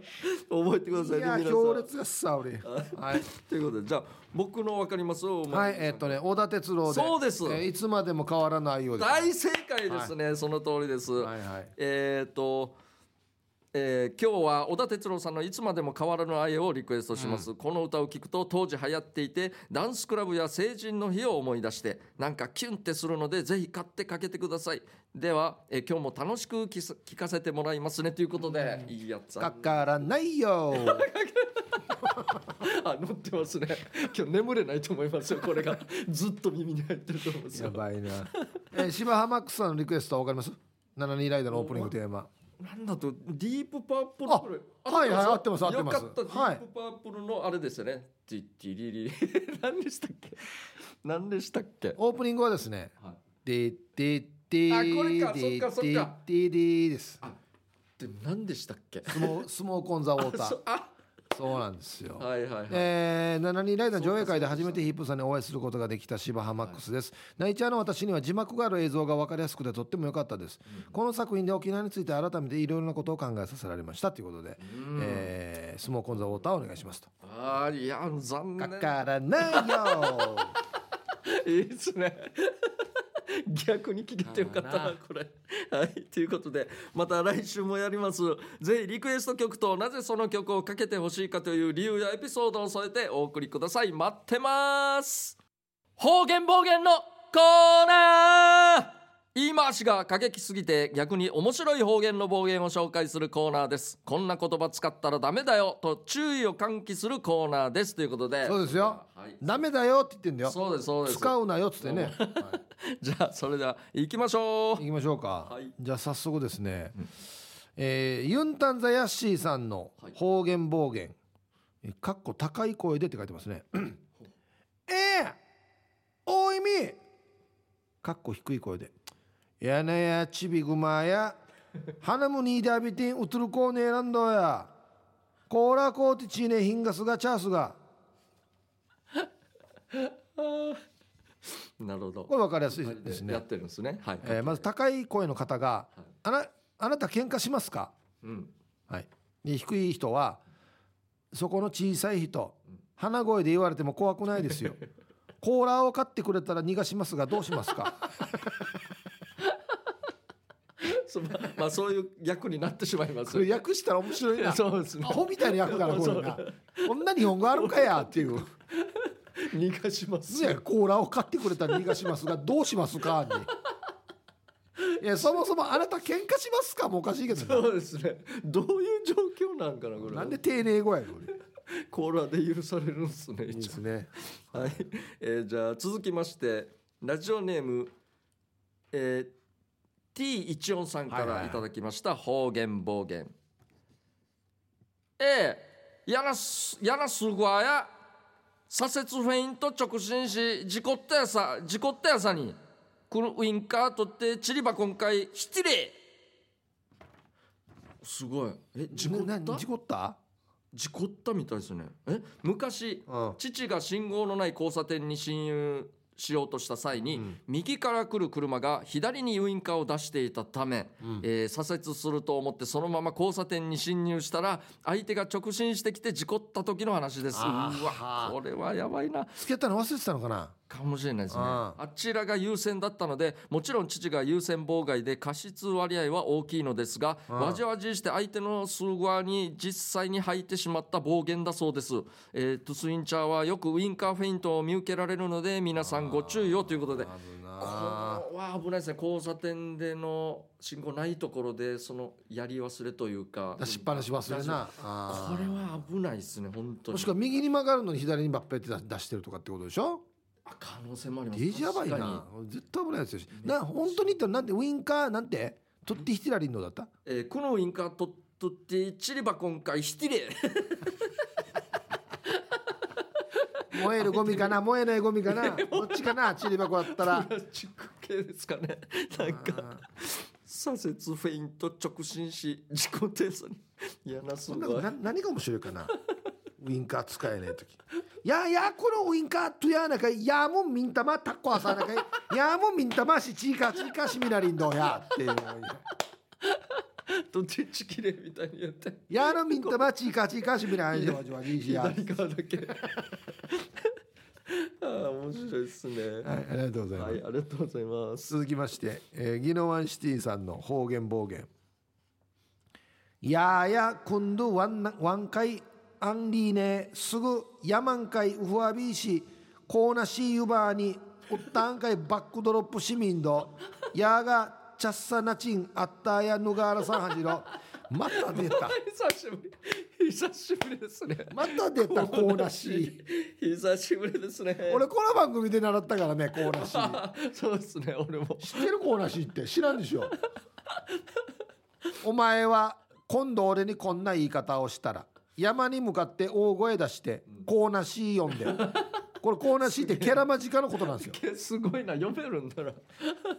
S1: 覚えてください
S2: い
S1: ね
S2: や
S1: 皆さ
S2: 強
S1: ん
S2: 烈がさ俺はい、
S1: ということでじゃあ僕のわかりますお前
S2: はい、えーっとね小田哲郎で
S1: そうです
S2: えーいつまでも変わらないようです
S1: 大正解ですね、その通りです、
S2: はいはい
S1: えっ、と、えー今日は小田哲郎さんの「いつまでも変わらぬ愛」をリクエストします、この歌を聴くと当時流行っていてダンスクラブや成人の日を思い出してなんかキュンってするのでぜひ買ってかけてくださいでは、えー今日も楽しく聴聞かせてもらいますねということで、いいやつ
S2: か
S1: あ
S2: からな
S1: *laughs*
S2: いよ
S1: あ乗ってますね今日眠れないと思いますよこれがずっと耳に入ってると思います
S2: や
S1: よ
S2: ばいな、えー、柴浜マックスさんのリクエストはわかります72ライダーのオープニングテーマ
S1: なんだとディープパープルこれ
S2: あはいはい
S1: 合
S2: 合
S1: っ
S2: ってて
S1: ま
S2: ますす合って
S1: よかった
S2: ます
S1: ディ
S2: はい
S1: ープパープルのあれですよねティッティリリ何でしたっけ何でしたっけ
S2: オープニングはですね
S1: はい
S2: ででで
S1: あこれか
S2: で
S1: そっかそっか
S2: でででです
S1: あって何でしたっけ
S2: スモースモーコンザウォータ
S1: そ
S2: ー
S1: うあ
S2: そうなんですよ、
S1: はいはいはい、
S2: えー、7人ライダー上映会で初めてヒップさんにお会いすることができた柴浜マックスです、ナイチャーの私には字幕がある映像が分かりやすくてとっても良かったです、この作品で沖縄について改めていろいろなことを考えさせられましたということで、えー、スモーコンザウォーターお願いしますと、
S1: あーいや残
S2: か
S1: 念
S2: からないよ
S1: いいですね。 *laughs* 逆に聞けてよかった
S3: だ
S1: な
S3: な
S1: これ。はいということでまた来週もやります。ぜひリクエスト曲となぜその曲をかけてほしいかという理由やエピソードを添えてお送りください。待ってます。方言暴言のコーナー言い回しが過激すぎて逆に面白い方言の暴言を紹介するコーナーですこんな言葉使ったらダメだよと注意を喚起するコーナーですということで
S2: そうですよ、
S1: はい
S2: ダメだよって言ってんだよ
S1: そうですそうです
S2: 使うなよっつってね、はい
S1: じゃあそれでは行きましょう
S2: 行きましょうか、
S1: はい
S2: じゃあ早速ですね、えーユンタンザヤッシーさんの方言暴言、えーかっこ高い声でって書いてますねえ *clears throat* え大意味かっこ低い声でやなやちびぐまや花むにいであびてんうつるこうねえらんどやコーラコーティチーネヒンガスがチャースが
S1: なるほど
S2: これ分かりやすいですね
S1: やってるんですねはい、
S2: えーまず高い声の方が「あなあなた喧嘩しますか
S1: うん
S2: はい、で低い人はそこの小さい人鼻声で言われても怖くないです *laughs* よコーラを買ってくれたら逃がしますがどうしますか *laughs*
S1: そままあそういう役になってしまいます
S2: それ訳したら面白い *laughs* な
S1: そうですね
S2: アホみたいな役だなこれなこんな日本語あるかやっていう
S1: 逃がします
S2: いやコーラを買ってくれたら逃がしますがどうしますか *laughs* にいやそもそもあなた喧嘩しますかもおかしいけど
S1: そうですねどういう状況なんかなこれ
S2: ななんで丁寧語やの
S1: コーラで許されるんですね
S2: いい
S1: 一
S2: ですね
S1: 応はい、えーじゃあ続きましてラジオネームえー T 一音さんか
S2: はいはいは
S1: ら
S2: い
S1: いただきました方言暴言ええやらすやらすぐあや左折フェイント直進し事故ったやさ事故ったやさにこのウインカー取ってちりば今回失礼すごいえ事故っ
S2: な
S1: た
S2: な事故った
S1: 事故ったみたいですねえ昔、
S2: うん
S1: 父が信号のない交差点に進入しようとした際に、右から来る車が左にウインカーを出していたため、えー左折すると思ってそのまま交差点に進入したら相手が直進してきて事故った時の話ですう
S2: あ
S1: わ
S2: ー
S1: これはやばいな
S2: つけたの忘れてたのかな
S1: かもしれないですね
S2: あ
S1: あちらが優先だったのでもちろん父が優先妨害で過失割合は大きいのですがわじわじして相手の数側に実際に吐いてしまった暴言だそうです、えートゥスインチャーはよくウインカーフェイントを見受けられるので皆さんご注意をということでこ
S2: 危
S1: れは危ないですね交差点での信号ないところでそのやり忘れというか
S2: 出しっぱなし忘れな
S1: こ
S2: あ
S1: れは危ないですね本当に
S2: ーもしくは右に曲がるのに左にバッペって出出してるとかってことでしょ
S1: あ可能性もあります
S2: デジやばい
S1: 確かに
S2: な絶対危ないですよな本当に言ったらなんでウインカーなんて取ってヒテラリンのだった
S1: えー、このウインカーとっとってちりば今回失礼
S2: 燃えるゴミかな燃えないゴミかなどっちかなちり箱あった
S1: *laughs*
S2: ら
S1: プラスチック系ですかねなんか左折フェイント直進し自己停車に嫌なす
S2: そんな
S1: ご
S2: の
S1: い
S2: な何が面白いかなウインカー使えない時いやいやこのウインカーとやなかいやもんみんたまタッコあさなかいいやもんみんたましちいかちいかしみなりんどうやっていう
S1: どっちちきれいみたいにやって
S2: いやのみんたまちいかちいかしみなりんどうや
S1: 左側だけ *laughs* あー面白いですね
S2: はい、ありがとうございま
S1: は
S2: す。
S1: い、ありがとうございます
S2: 続きまして、えー、ギノワンシティさんの方言暴言。やーや、今度ワンナワンカイ、アンリーネ、すぐ、ヤマンカイ、ウフアビーシ、コーナシーユバーに、ウッタンカイ、バックドロップ市民ド、やーが、チャッサナチン、アッターや、ヌガーラさんはじろ、また出た。
S1: 久しぶり久しぶりですね
S2: また出た、コーナシ
S1: *laughs*
S2: ー。
S1: 久しぶりですね
S2: 俺、この番組で習ったからね、コーナシー。
S1: あ *laughs* そうですね俺も
S2: 知ってるコーナシーって知らんでしょ *laughs* お前は今度俺にこんな言い方をしたら山に向かって大声出して「コーナシー呼んでこれコーナー C ってキャラマジカのことなんですよ
S1: け *laughs* すごいな読めるんだな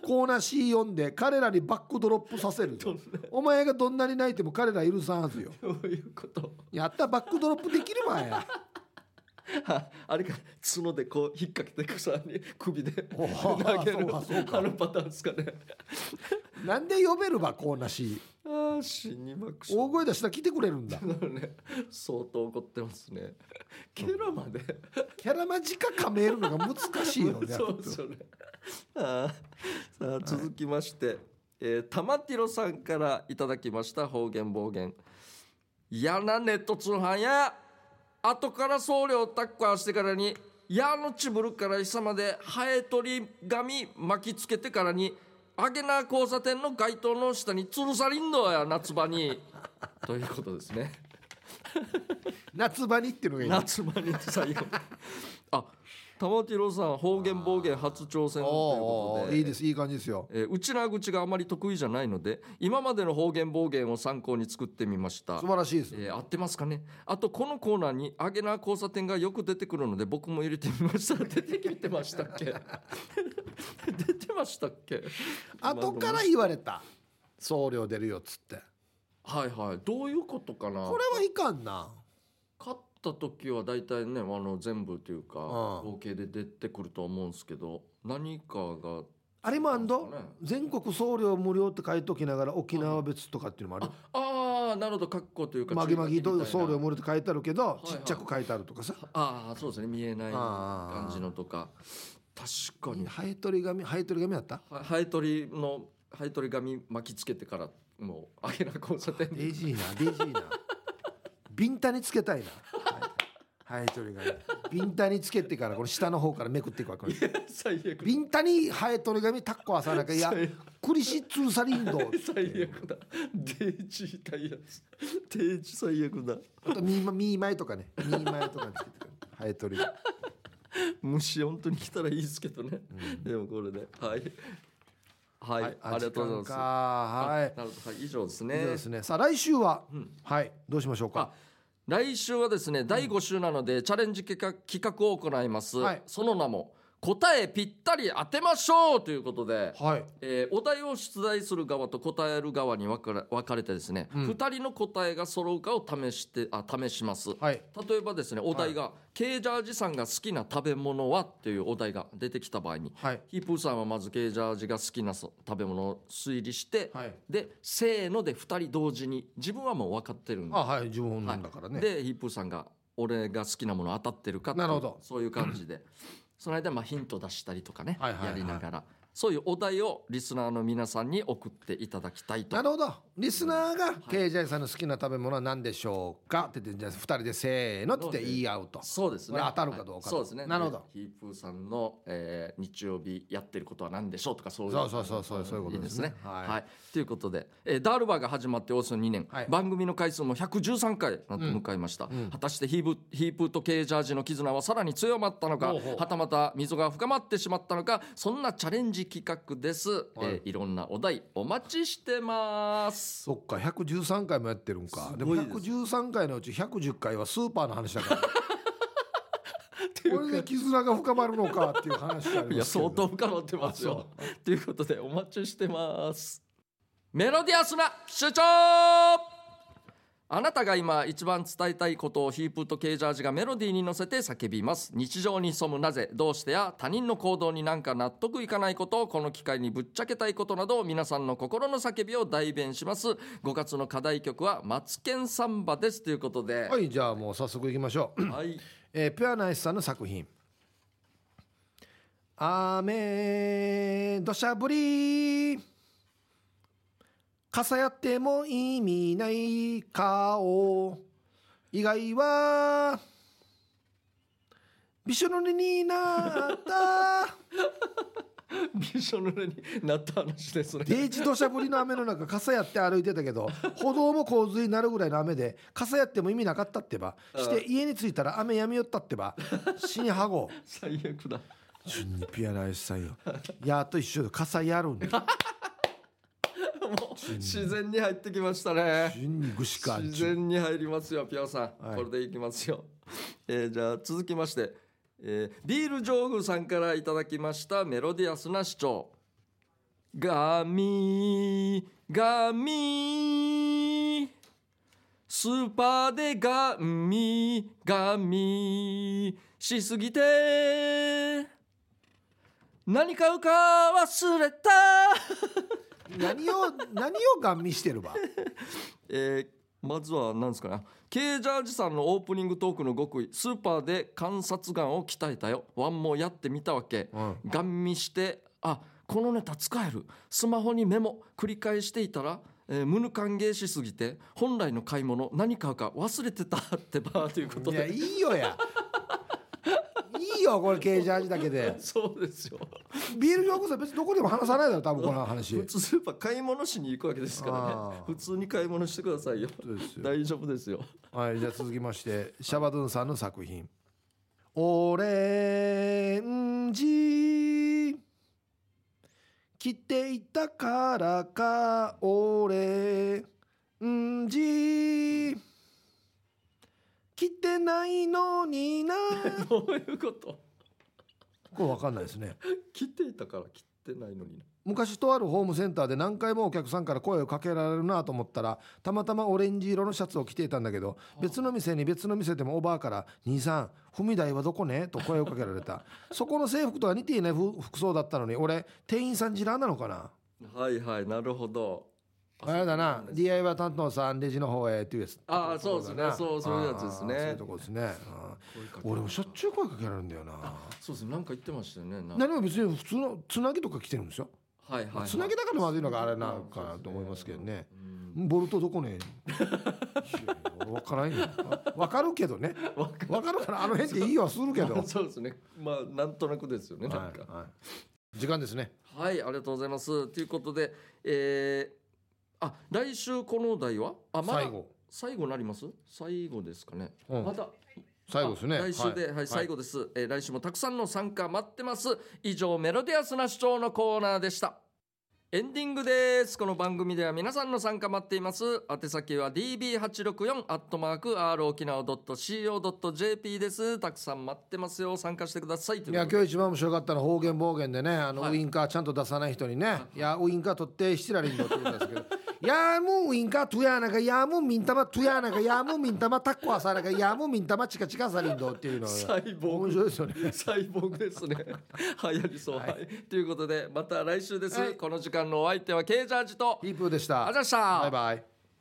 S2: コーナー C 読んで彼らにバックドロップさせる
S1: どんな
S2: お前がどんなに泣いても彼ら許さんはずよ
S1: どういうこと *laughs*
S2: やったバックドロップできるわや
S1: ああれか角でこう引っ掛けて草に首で *laughs*
S2: お
S1: 投
S2: ー
S1: げる
S2: そうかそうか
S1: あのパターンですかね *laughs*
S2: なんで読めるばコーナー C
S1: ああ死にまくし *laughs*
S2: 大声出したら来てくれるんだ
S1: なのね相当怒ってますね *laughs* ケラまで
S2: キャラマジカかめるのが難しいよね
S1: *laughs* そうですよねあーさあ続きまして、えー、玉ティロさんからいただきました方言暴言嫌なネット通販や後から送料タック合わせてからに矢のちぶるからいさまでハエ取り紙巻きつけてからにアゲナ交差点の街灯の下に吊るさりんのや夏場
S2: *laughs*
S1: にということですね
S2: 夏場にっていうのがいいな
S1: 夏場に最後あ玉城さん方言暴言初挑戦というこ
S2: お
S1: と
S2: ー
S1: で
S2: いいですいい感じですよ
S1: えーうちな口があまり得意じゃないので今までの方言暴言を参考に作ってみました
S2: 素、晴らしいです、
S1: えー合ってますかねあとこのコーナーにアゲナ交差点がよく出てくるので僕も入れてみました *laughs* 出てきてましたっけ *laughs* 出てましたっけ
S2: 後から言われた送料出るよっつって
S1: はいはいどういうことかな
S2: これはいかんな
S1: 勝った時は大体ねあの全部というか、合計で出てくると思うんですけど何かが
S2: あれもアン
S1: そう
S2: ド
S1: だね
S2: 全国送料無料って書いときながら沖縄別とかっていうのも
S1: あ
S2: ある
S1: あーなるほど格好というか
S2: まぎま
S1: 注
S2: ぎ
S1: 意書きみたいな
S2: 送料無料って書いてあるけど
S1: いはい
S2: ちっちゃく書いてあるとかさ
S1: ああそうですね見えない
S2: あー
S1: 感じのとか確かに
S2: ハエ取り紙ハエ取り紙やった
S1: はハエ取りのハエ取り紙巻きつけてからもうあげな交差点
S2: デイジーなデイジーなビンタにつけたいなハエ取り紙ビンタにつけてからこの下の方からめくっていくわこれ
S1: 最悪
S2: ビンタにハエ取り紙タッコ朝なきゃいや
S1: 最悪
S2: クリシッツーサリンド
S1: 最悪だデージ痛いやつデージ最悪だ
S2: あとミーマミーマイとかねミーマイとかにつけてくるハエ取り紙
S1: 虫本当に来たらいいですけどね、でもこれではいはい、ありがとうございます
S2: ますはい
S1: なるほどはい以上ですね
S2: そうですね。さあ来週は、はいどうしましょう
S1: あ
S2: か。
S1: 来週はですね第5週なので、チャレンジ企画企画を行います、
S2: はい
S1: その名も答えぴったり当てましょうということで、
S2: はい。
S1: えーお題を出題する側と答える側に分かれ分かれてですね、
S2: うん
S1: 2人の答えが揃うかを試してあ試します、
S2: はい。
S1: 例えばですねお題が、ケイジャージさんが好きな食べ物は?」というお題が出てきた場合に
S2: はい。
S1: ヒープーさんはまずケイジャージが好きなそ食べ物を推理して、
S2: はい。
S1: でせーので2人同時に自分はもう分かってるんで
S2: あはい自分なんだからね。
S1: でヒップーさんが俺が好きなもの当たってるかっていう
S2: なるほど
S1: そういう感じでその間まあヒント出したりとかね、
S2: はいはいはい
S1: やりながらそういうお題をリスナーの皆さんに送っていただきたいと
S2: なるほど。リスナーが、ケイジャイさんの好きな食べ物は何でしょうかって言って、じゃあ二人でせーのって言って言い合うと。
S1: そうですね
S2: これ当たるかどうか
S1: はいそうですね
S2: なるほど
S1: でヒープーさんの、えー日曜日やってることは何でしょうとかそういう
S2: そうそうそうそうそういうこと
S1: いい
S2: で
S1: です
S2: すね
S1: ねは、
S2: はいい
S1: ということで、えーダールバーが始まっておよそ2年、
S2: はい
S1: 番組の回数も113回なんと迎えました、果たしてヒープヒープーとケージャージの絆はさらに強まったのか
S2: ほうほう
S1: はたまた溝が深まってしまったのかそんなチャレンジ企画です、
S2: はい
S1: いえーいろんなお題お待ちしてます
S2: そっか113回もやってるんか
S1: す
S2: で
S1: ご
S2: も
S1: いです
S2: 113回のうち110回はスーパーの話だから
S1: *laughs*
S2: これで絆が深まるのかっていう話がありますけど
S1: いや相当深まってますよ。ということでお待ちしてます。メロディアスな主張あなたが今一番伝えたいことをヒープとケージャージがメロディーに乗せて叫びます日常に潜むなぜどうしてや他人の行動になんか納得いかないことをこの機会にぶっちゃけたいことなど皆さんの心の叫びを代弁します5月の課題曲は「マツケンサンバ」ですということで、
S2: はいじゃあもう早速いきましょう *laughs*
S1: はい
S2: えー、ピュアナイスさんの作品「雨土砂降り傘やっても意味ない顔以外はびしょ濡れになった」
S1: びしょ濡れになった話ですね。
S2: 平地土砂降りの雨の中傘やって歩いてたけど歩道も洪水になるぐらいの雨で傘やっても意味なかったってばして家に着いたら雨やみよったってば死にはごう。
S1: 最悪だ
S2: 順にピアナイスさ *laughs* んよ。やっと一緒で傘やる *laughs* んだ。
S1: もう自然に入ってきましたね。
S2: 順にぐしか。
S1: 自然に入りますよ、ピアさん。
S2: はい
S1: これでいきますよ。えーじゃあ続きまして、えービール上宮さんからいただきましたメロディアスな主張ガミガミスーパーでガミガミしすぎて何買うか忘れた、
S2: 何を *laughs* 何をガン見してるば
S1: えーまずは何ですかねケイジャージさんのオープニングトークの極意スーパーで観察眼を鍛えたよワンもやってみたわけ
S2: うん
S1: ガン見してあこのネタ使えるスマホにメモ繰り返していたら、えー、無ぬ歓迎しすぎて本来の買い物何買うか忘れてたってばということ
S2: いや
S1: で
S2: いいよやいいよこれケージャージだけで
S1: そうですよ
S2: ビール業こそ別にどこでも話さないだろ多分この *laughs* 話
S1: 普通スーパー買い物しに行くわけですからね
S2: あー
S1: 普通に買い物してくださいよ
S2: そうですよ
S1: 大丈夫
S2: *laughs*
S1: ですよ
S2: はいじゃあ続きましてシャバドゥンさんの作品「オレンジ」着ていたからかオレンジ着てないのにな
S1: どういうこと
S2: *laughs*
S1: *laughs*
S2: これわかんないですね
S1: 切っていたから切ってないのにな
S2: 昔とあるホームセンターで何回もお客さんから声をかけられるなと思ったらたまたまオレンジ色のシャツを着ていたんだけど別の店に別の店でもおばあから「兄さん踏み台はどこね?」と声をかけられた *laughs* そこの制服とは似ていない服服装だったのに俺店員さんジラーなのかな
S1: はいはいなるほど
S2: あれだな DIY 担当さんレジの方へっていうやつ
S1: あーそうですね
S2: ところだな
S1: そうそういうやつですね
S2: あーそういうとこですね
S1: 声かけ
S2: うん俺もしょっちゅう声かけられるんだよな
S1: そうですねなんか言ってましたよねなんか
S2: 何も別に普通のつなぎとか着てるんですよ
S1: はいはい、はい、
S2: つなぎだからまずいのがあれなのかなと思いますけどね
S1: うん
S2: ボルトどこね分からんよ分かるけどね
S1: わか
S2: 分かるからあの辺っていいはするけど
S1: そうですねまあなんとなくですよね、なんか
S2: はい、時間ですね
S1: はいありがとうございますということでえー、あ来週このお題はあまだ
S2: 最後、
S1: 最後になります最後ですかね、
S2: うん
S1: また
S2: 最後ですね
S1: あ来週で、はい最後です、えー来週もたくさんの参加待ってます以上メロディアスな主張のコーナーでしたエンディングですこの番組では皆さんの参加待っています宛先は db864 アットマーク r 沖縄 .co.jp ですたくさん待ってますよ参加してくださいと
S2: い
S1: いう
S2: や
S1: ことで
S2: 今日一番面白かったのは方言暴言でねあの、
S1: はい
S2: ウインカーちゃんと出さない人にね、
S1: い
S2: い、やウインカー取ってシテラリンドって言うんですけどやーもうウインカートゥヤーナがやーもうミンタマトゥヤーナがやーもうミンタマタッコアサラがやーもうミンタマチカチカサリンドっていうの
S1: サ
S2: が
S1: イボー
S2: 面
S1: グ
S2: 白いですよね
S1: サイボーグですね *laughs* 流行りそう、はいということでまた来週です、
S2: はい
S1: この時間のお相手はケイジャージと
S2: ヒープーでした
S1: ありがとうございました
S2: バイバイ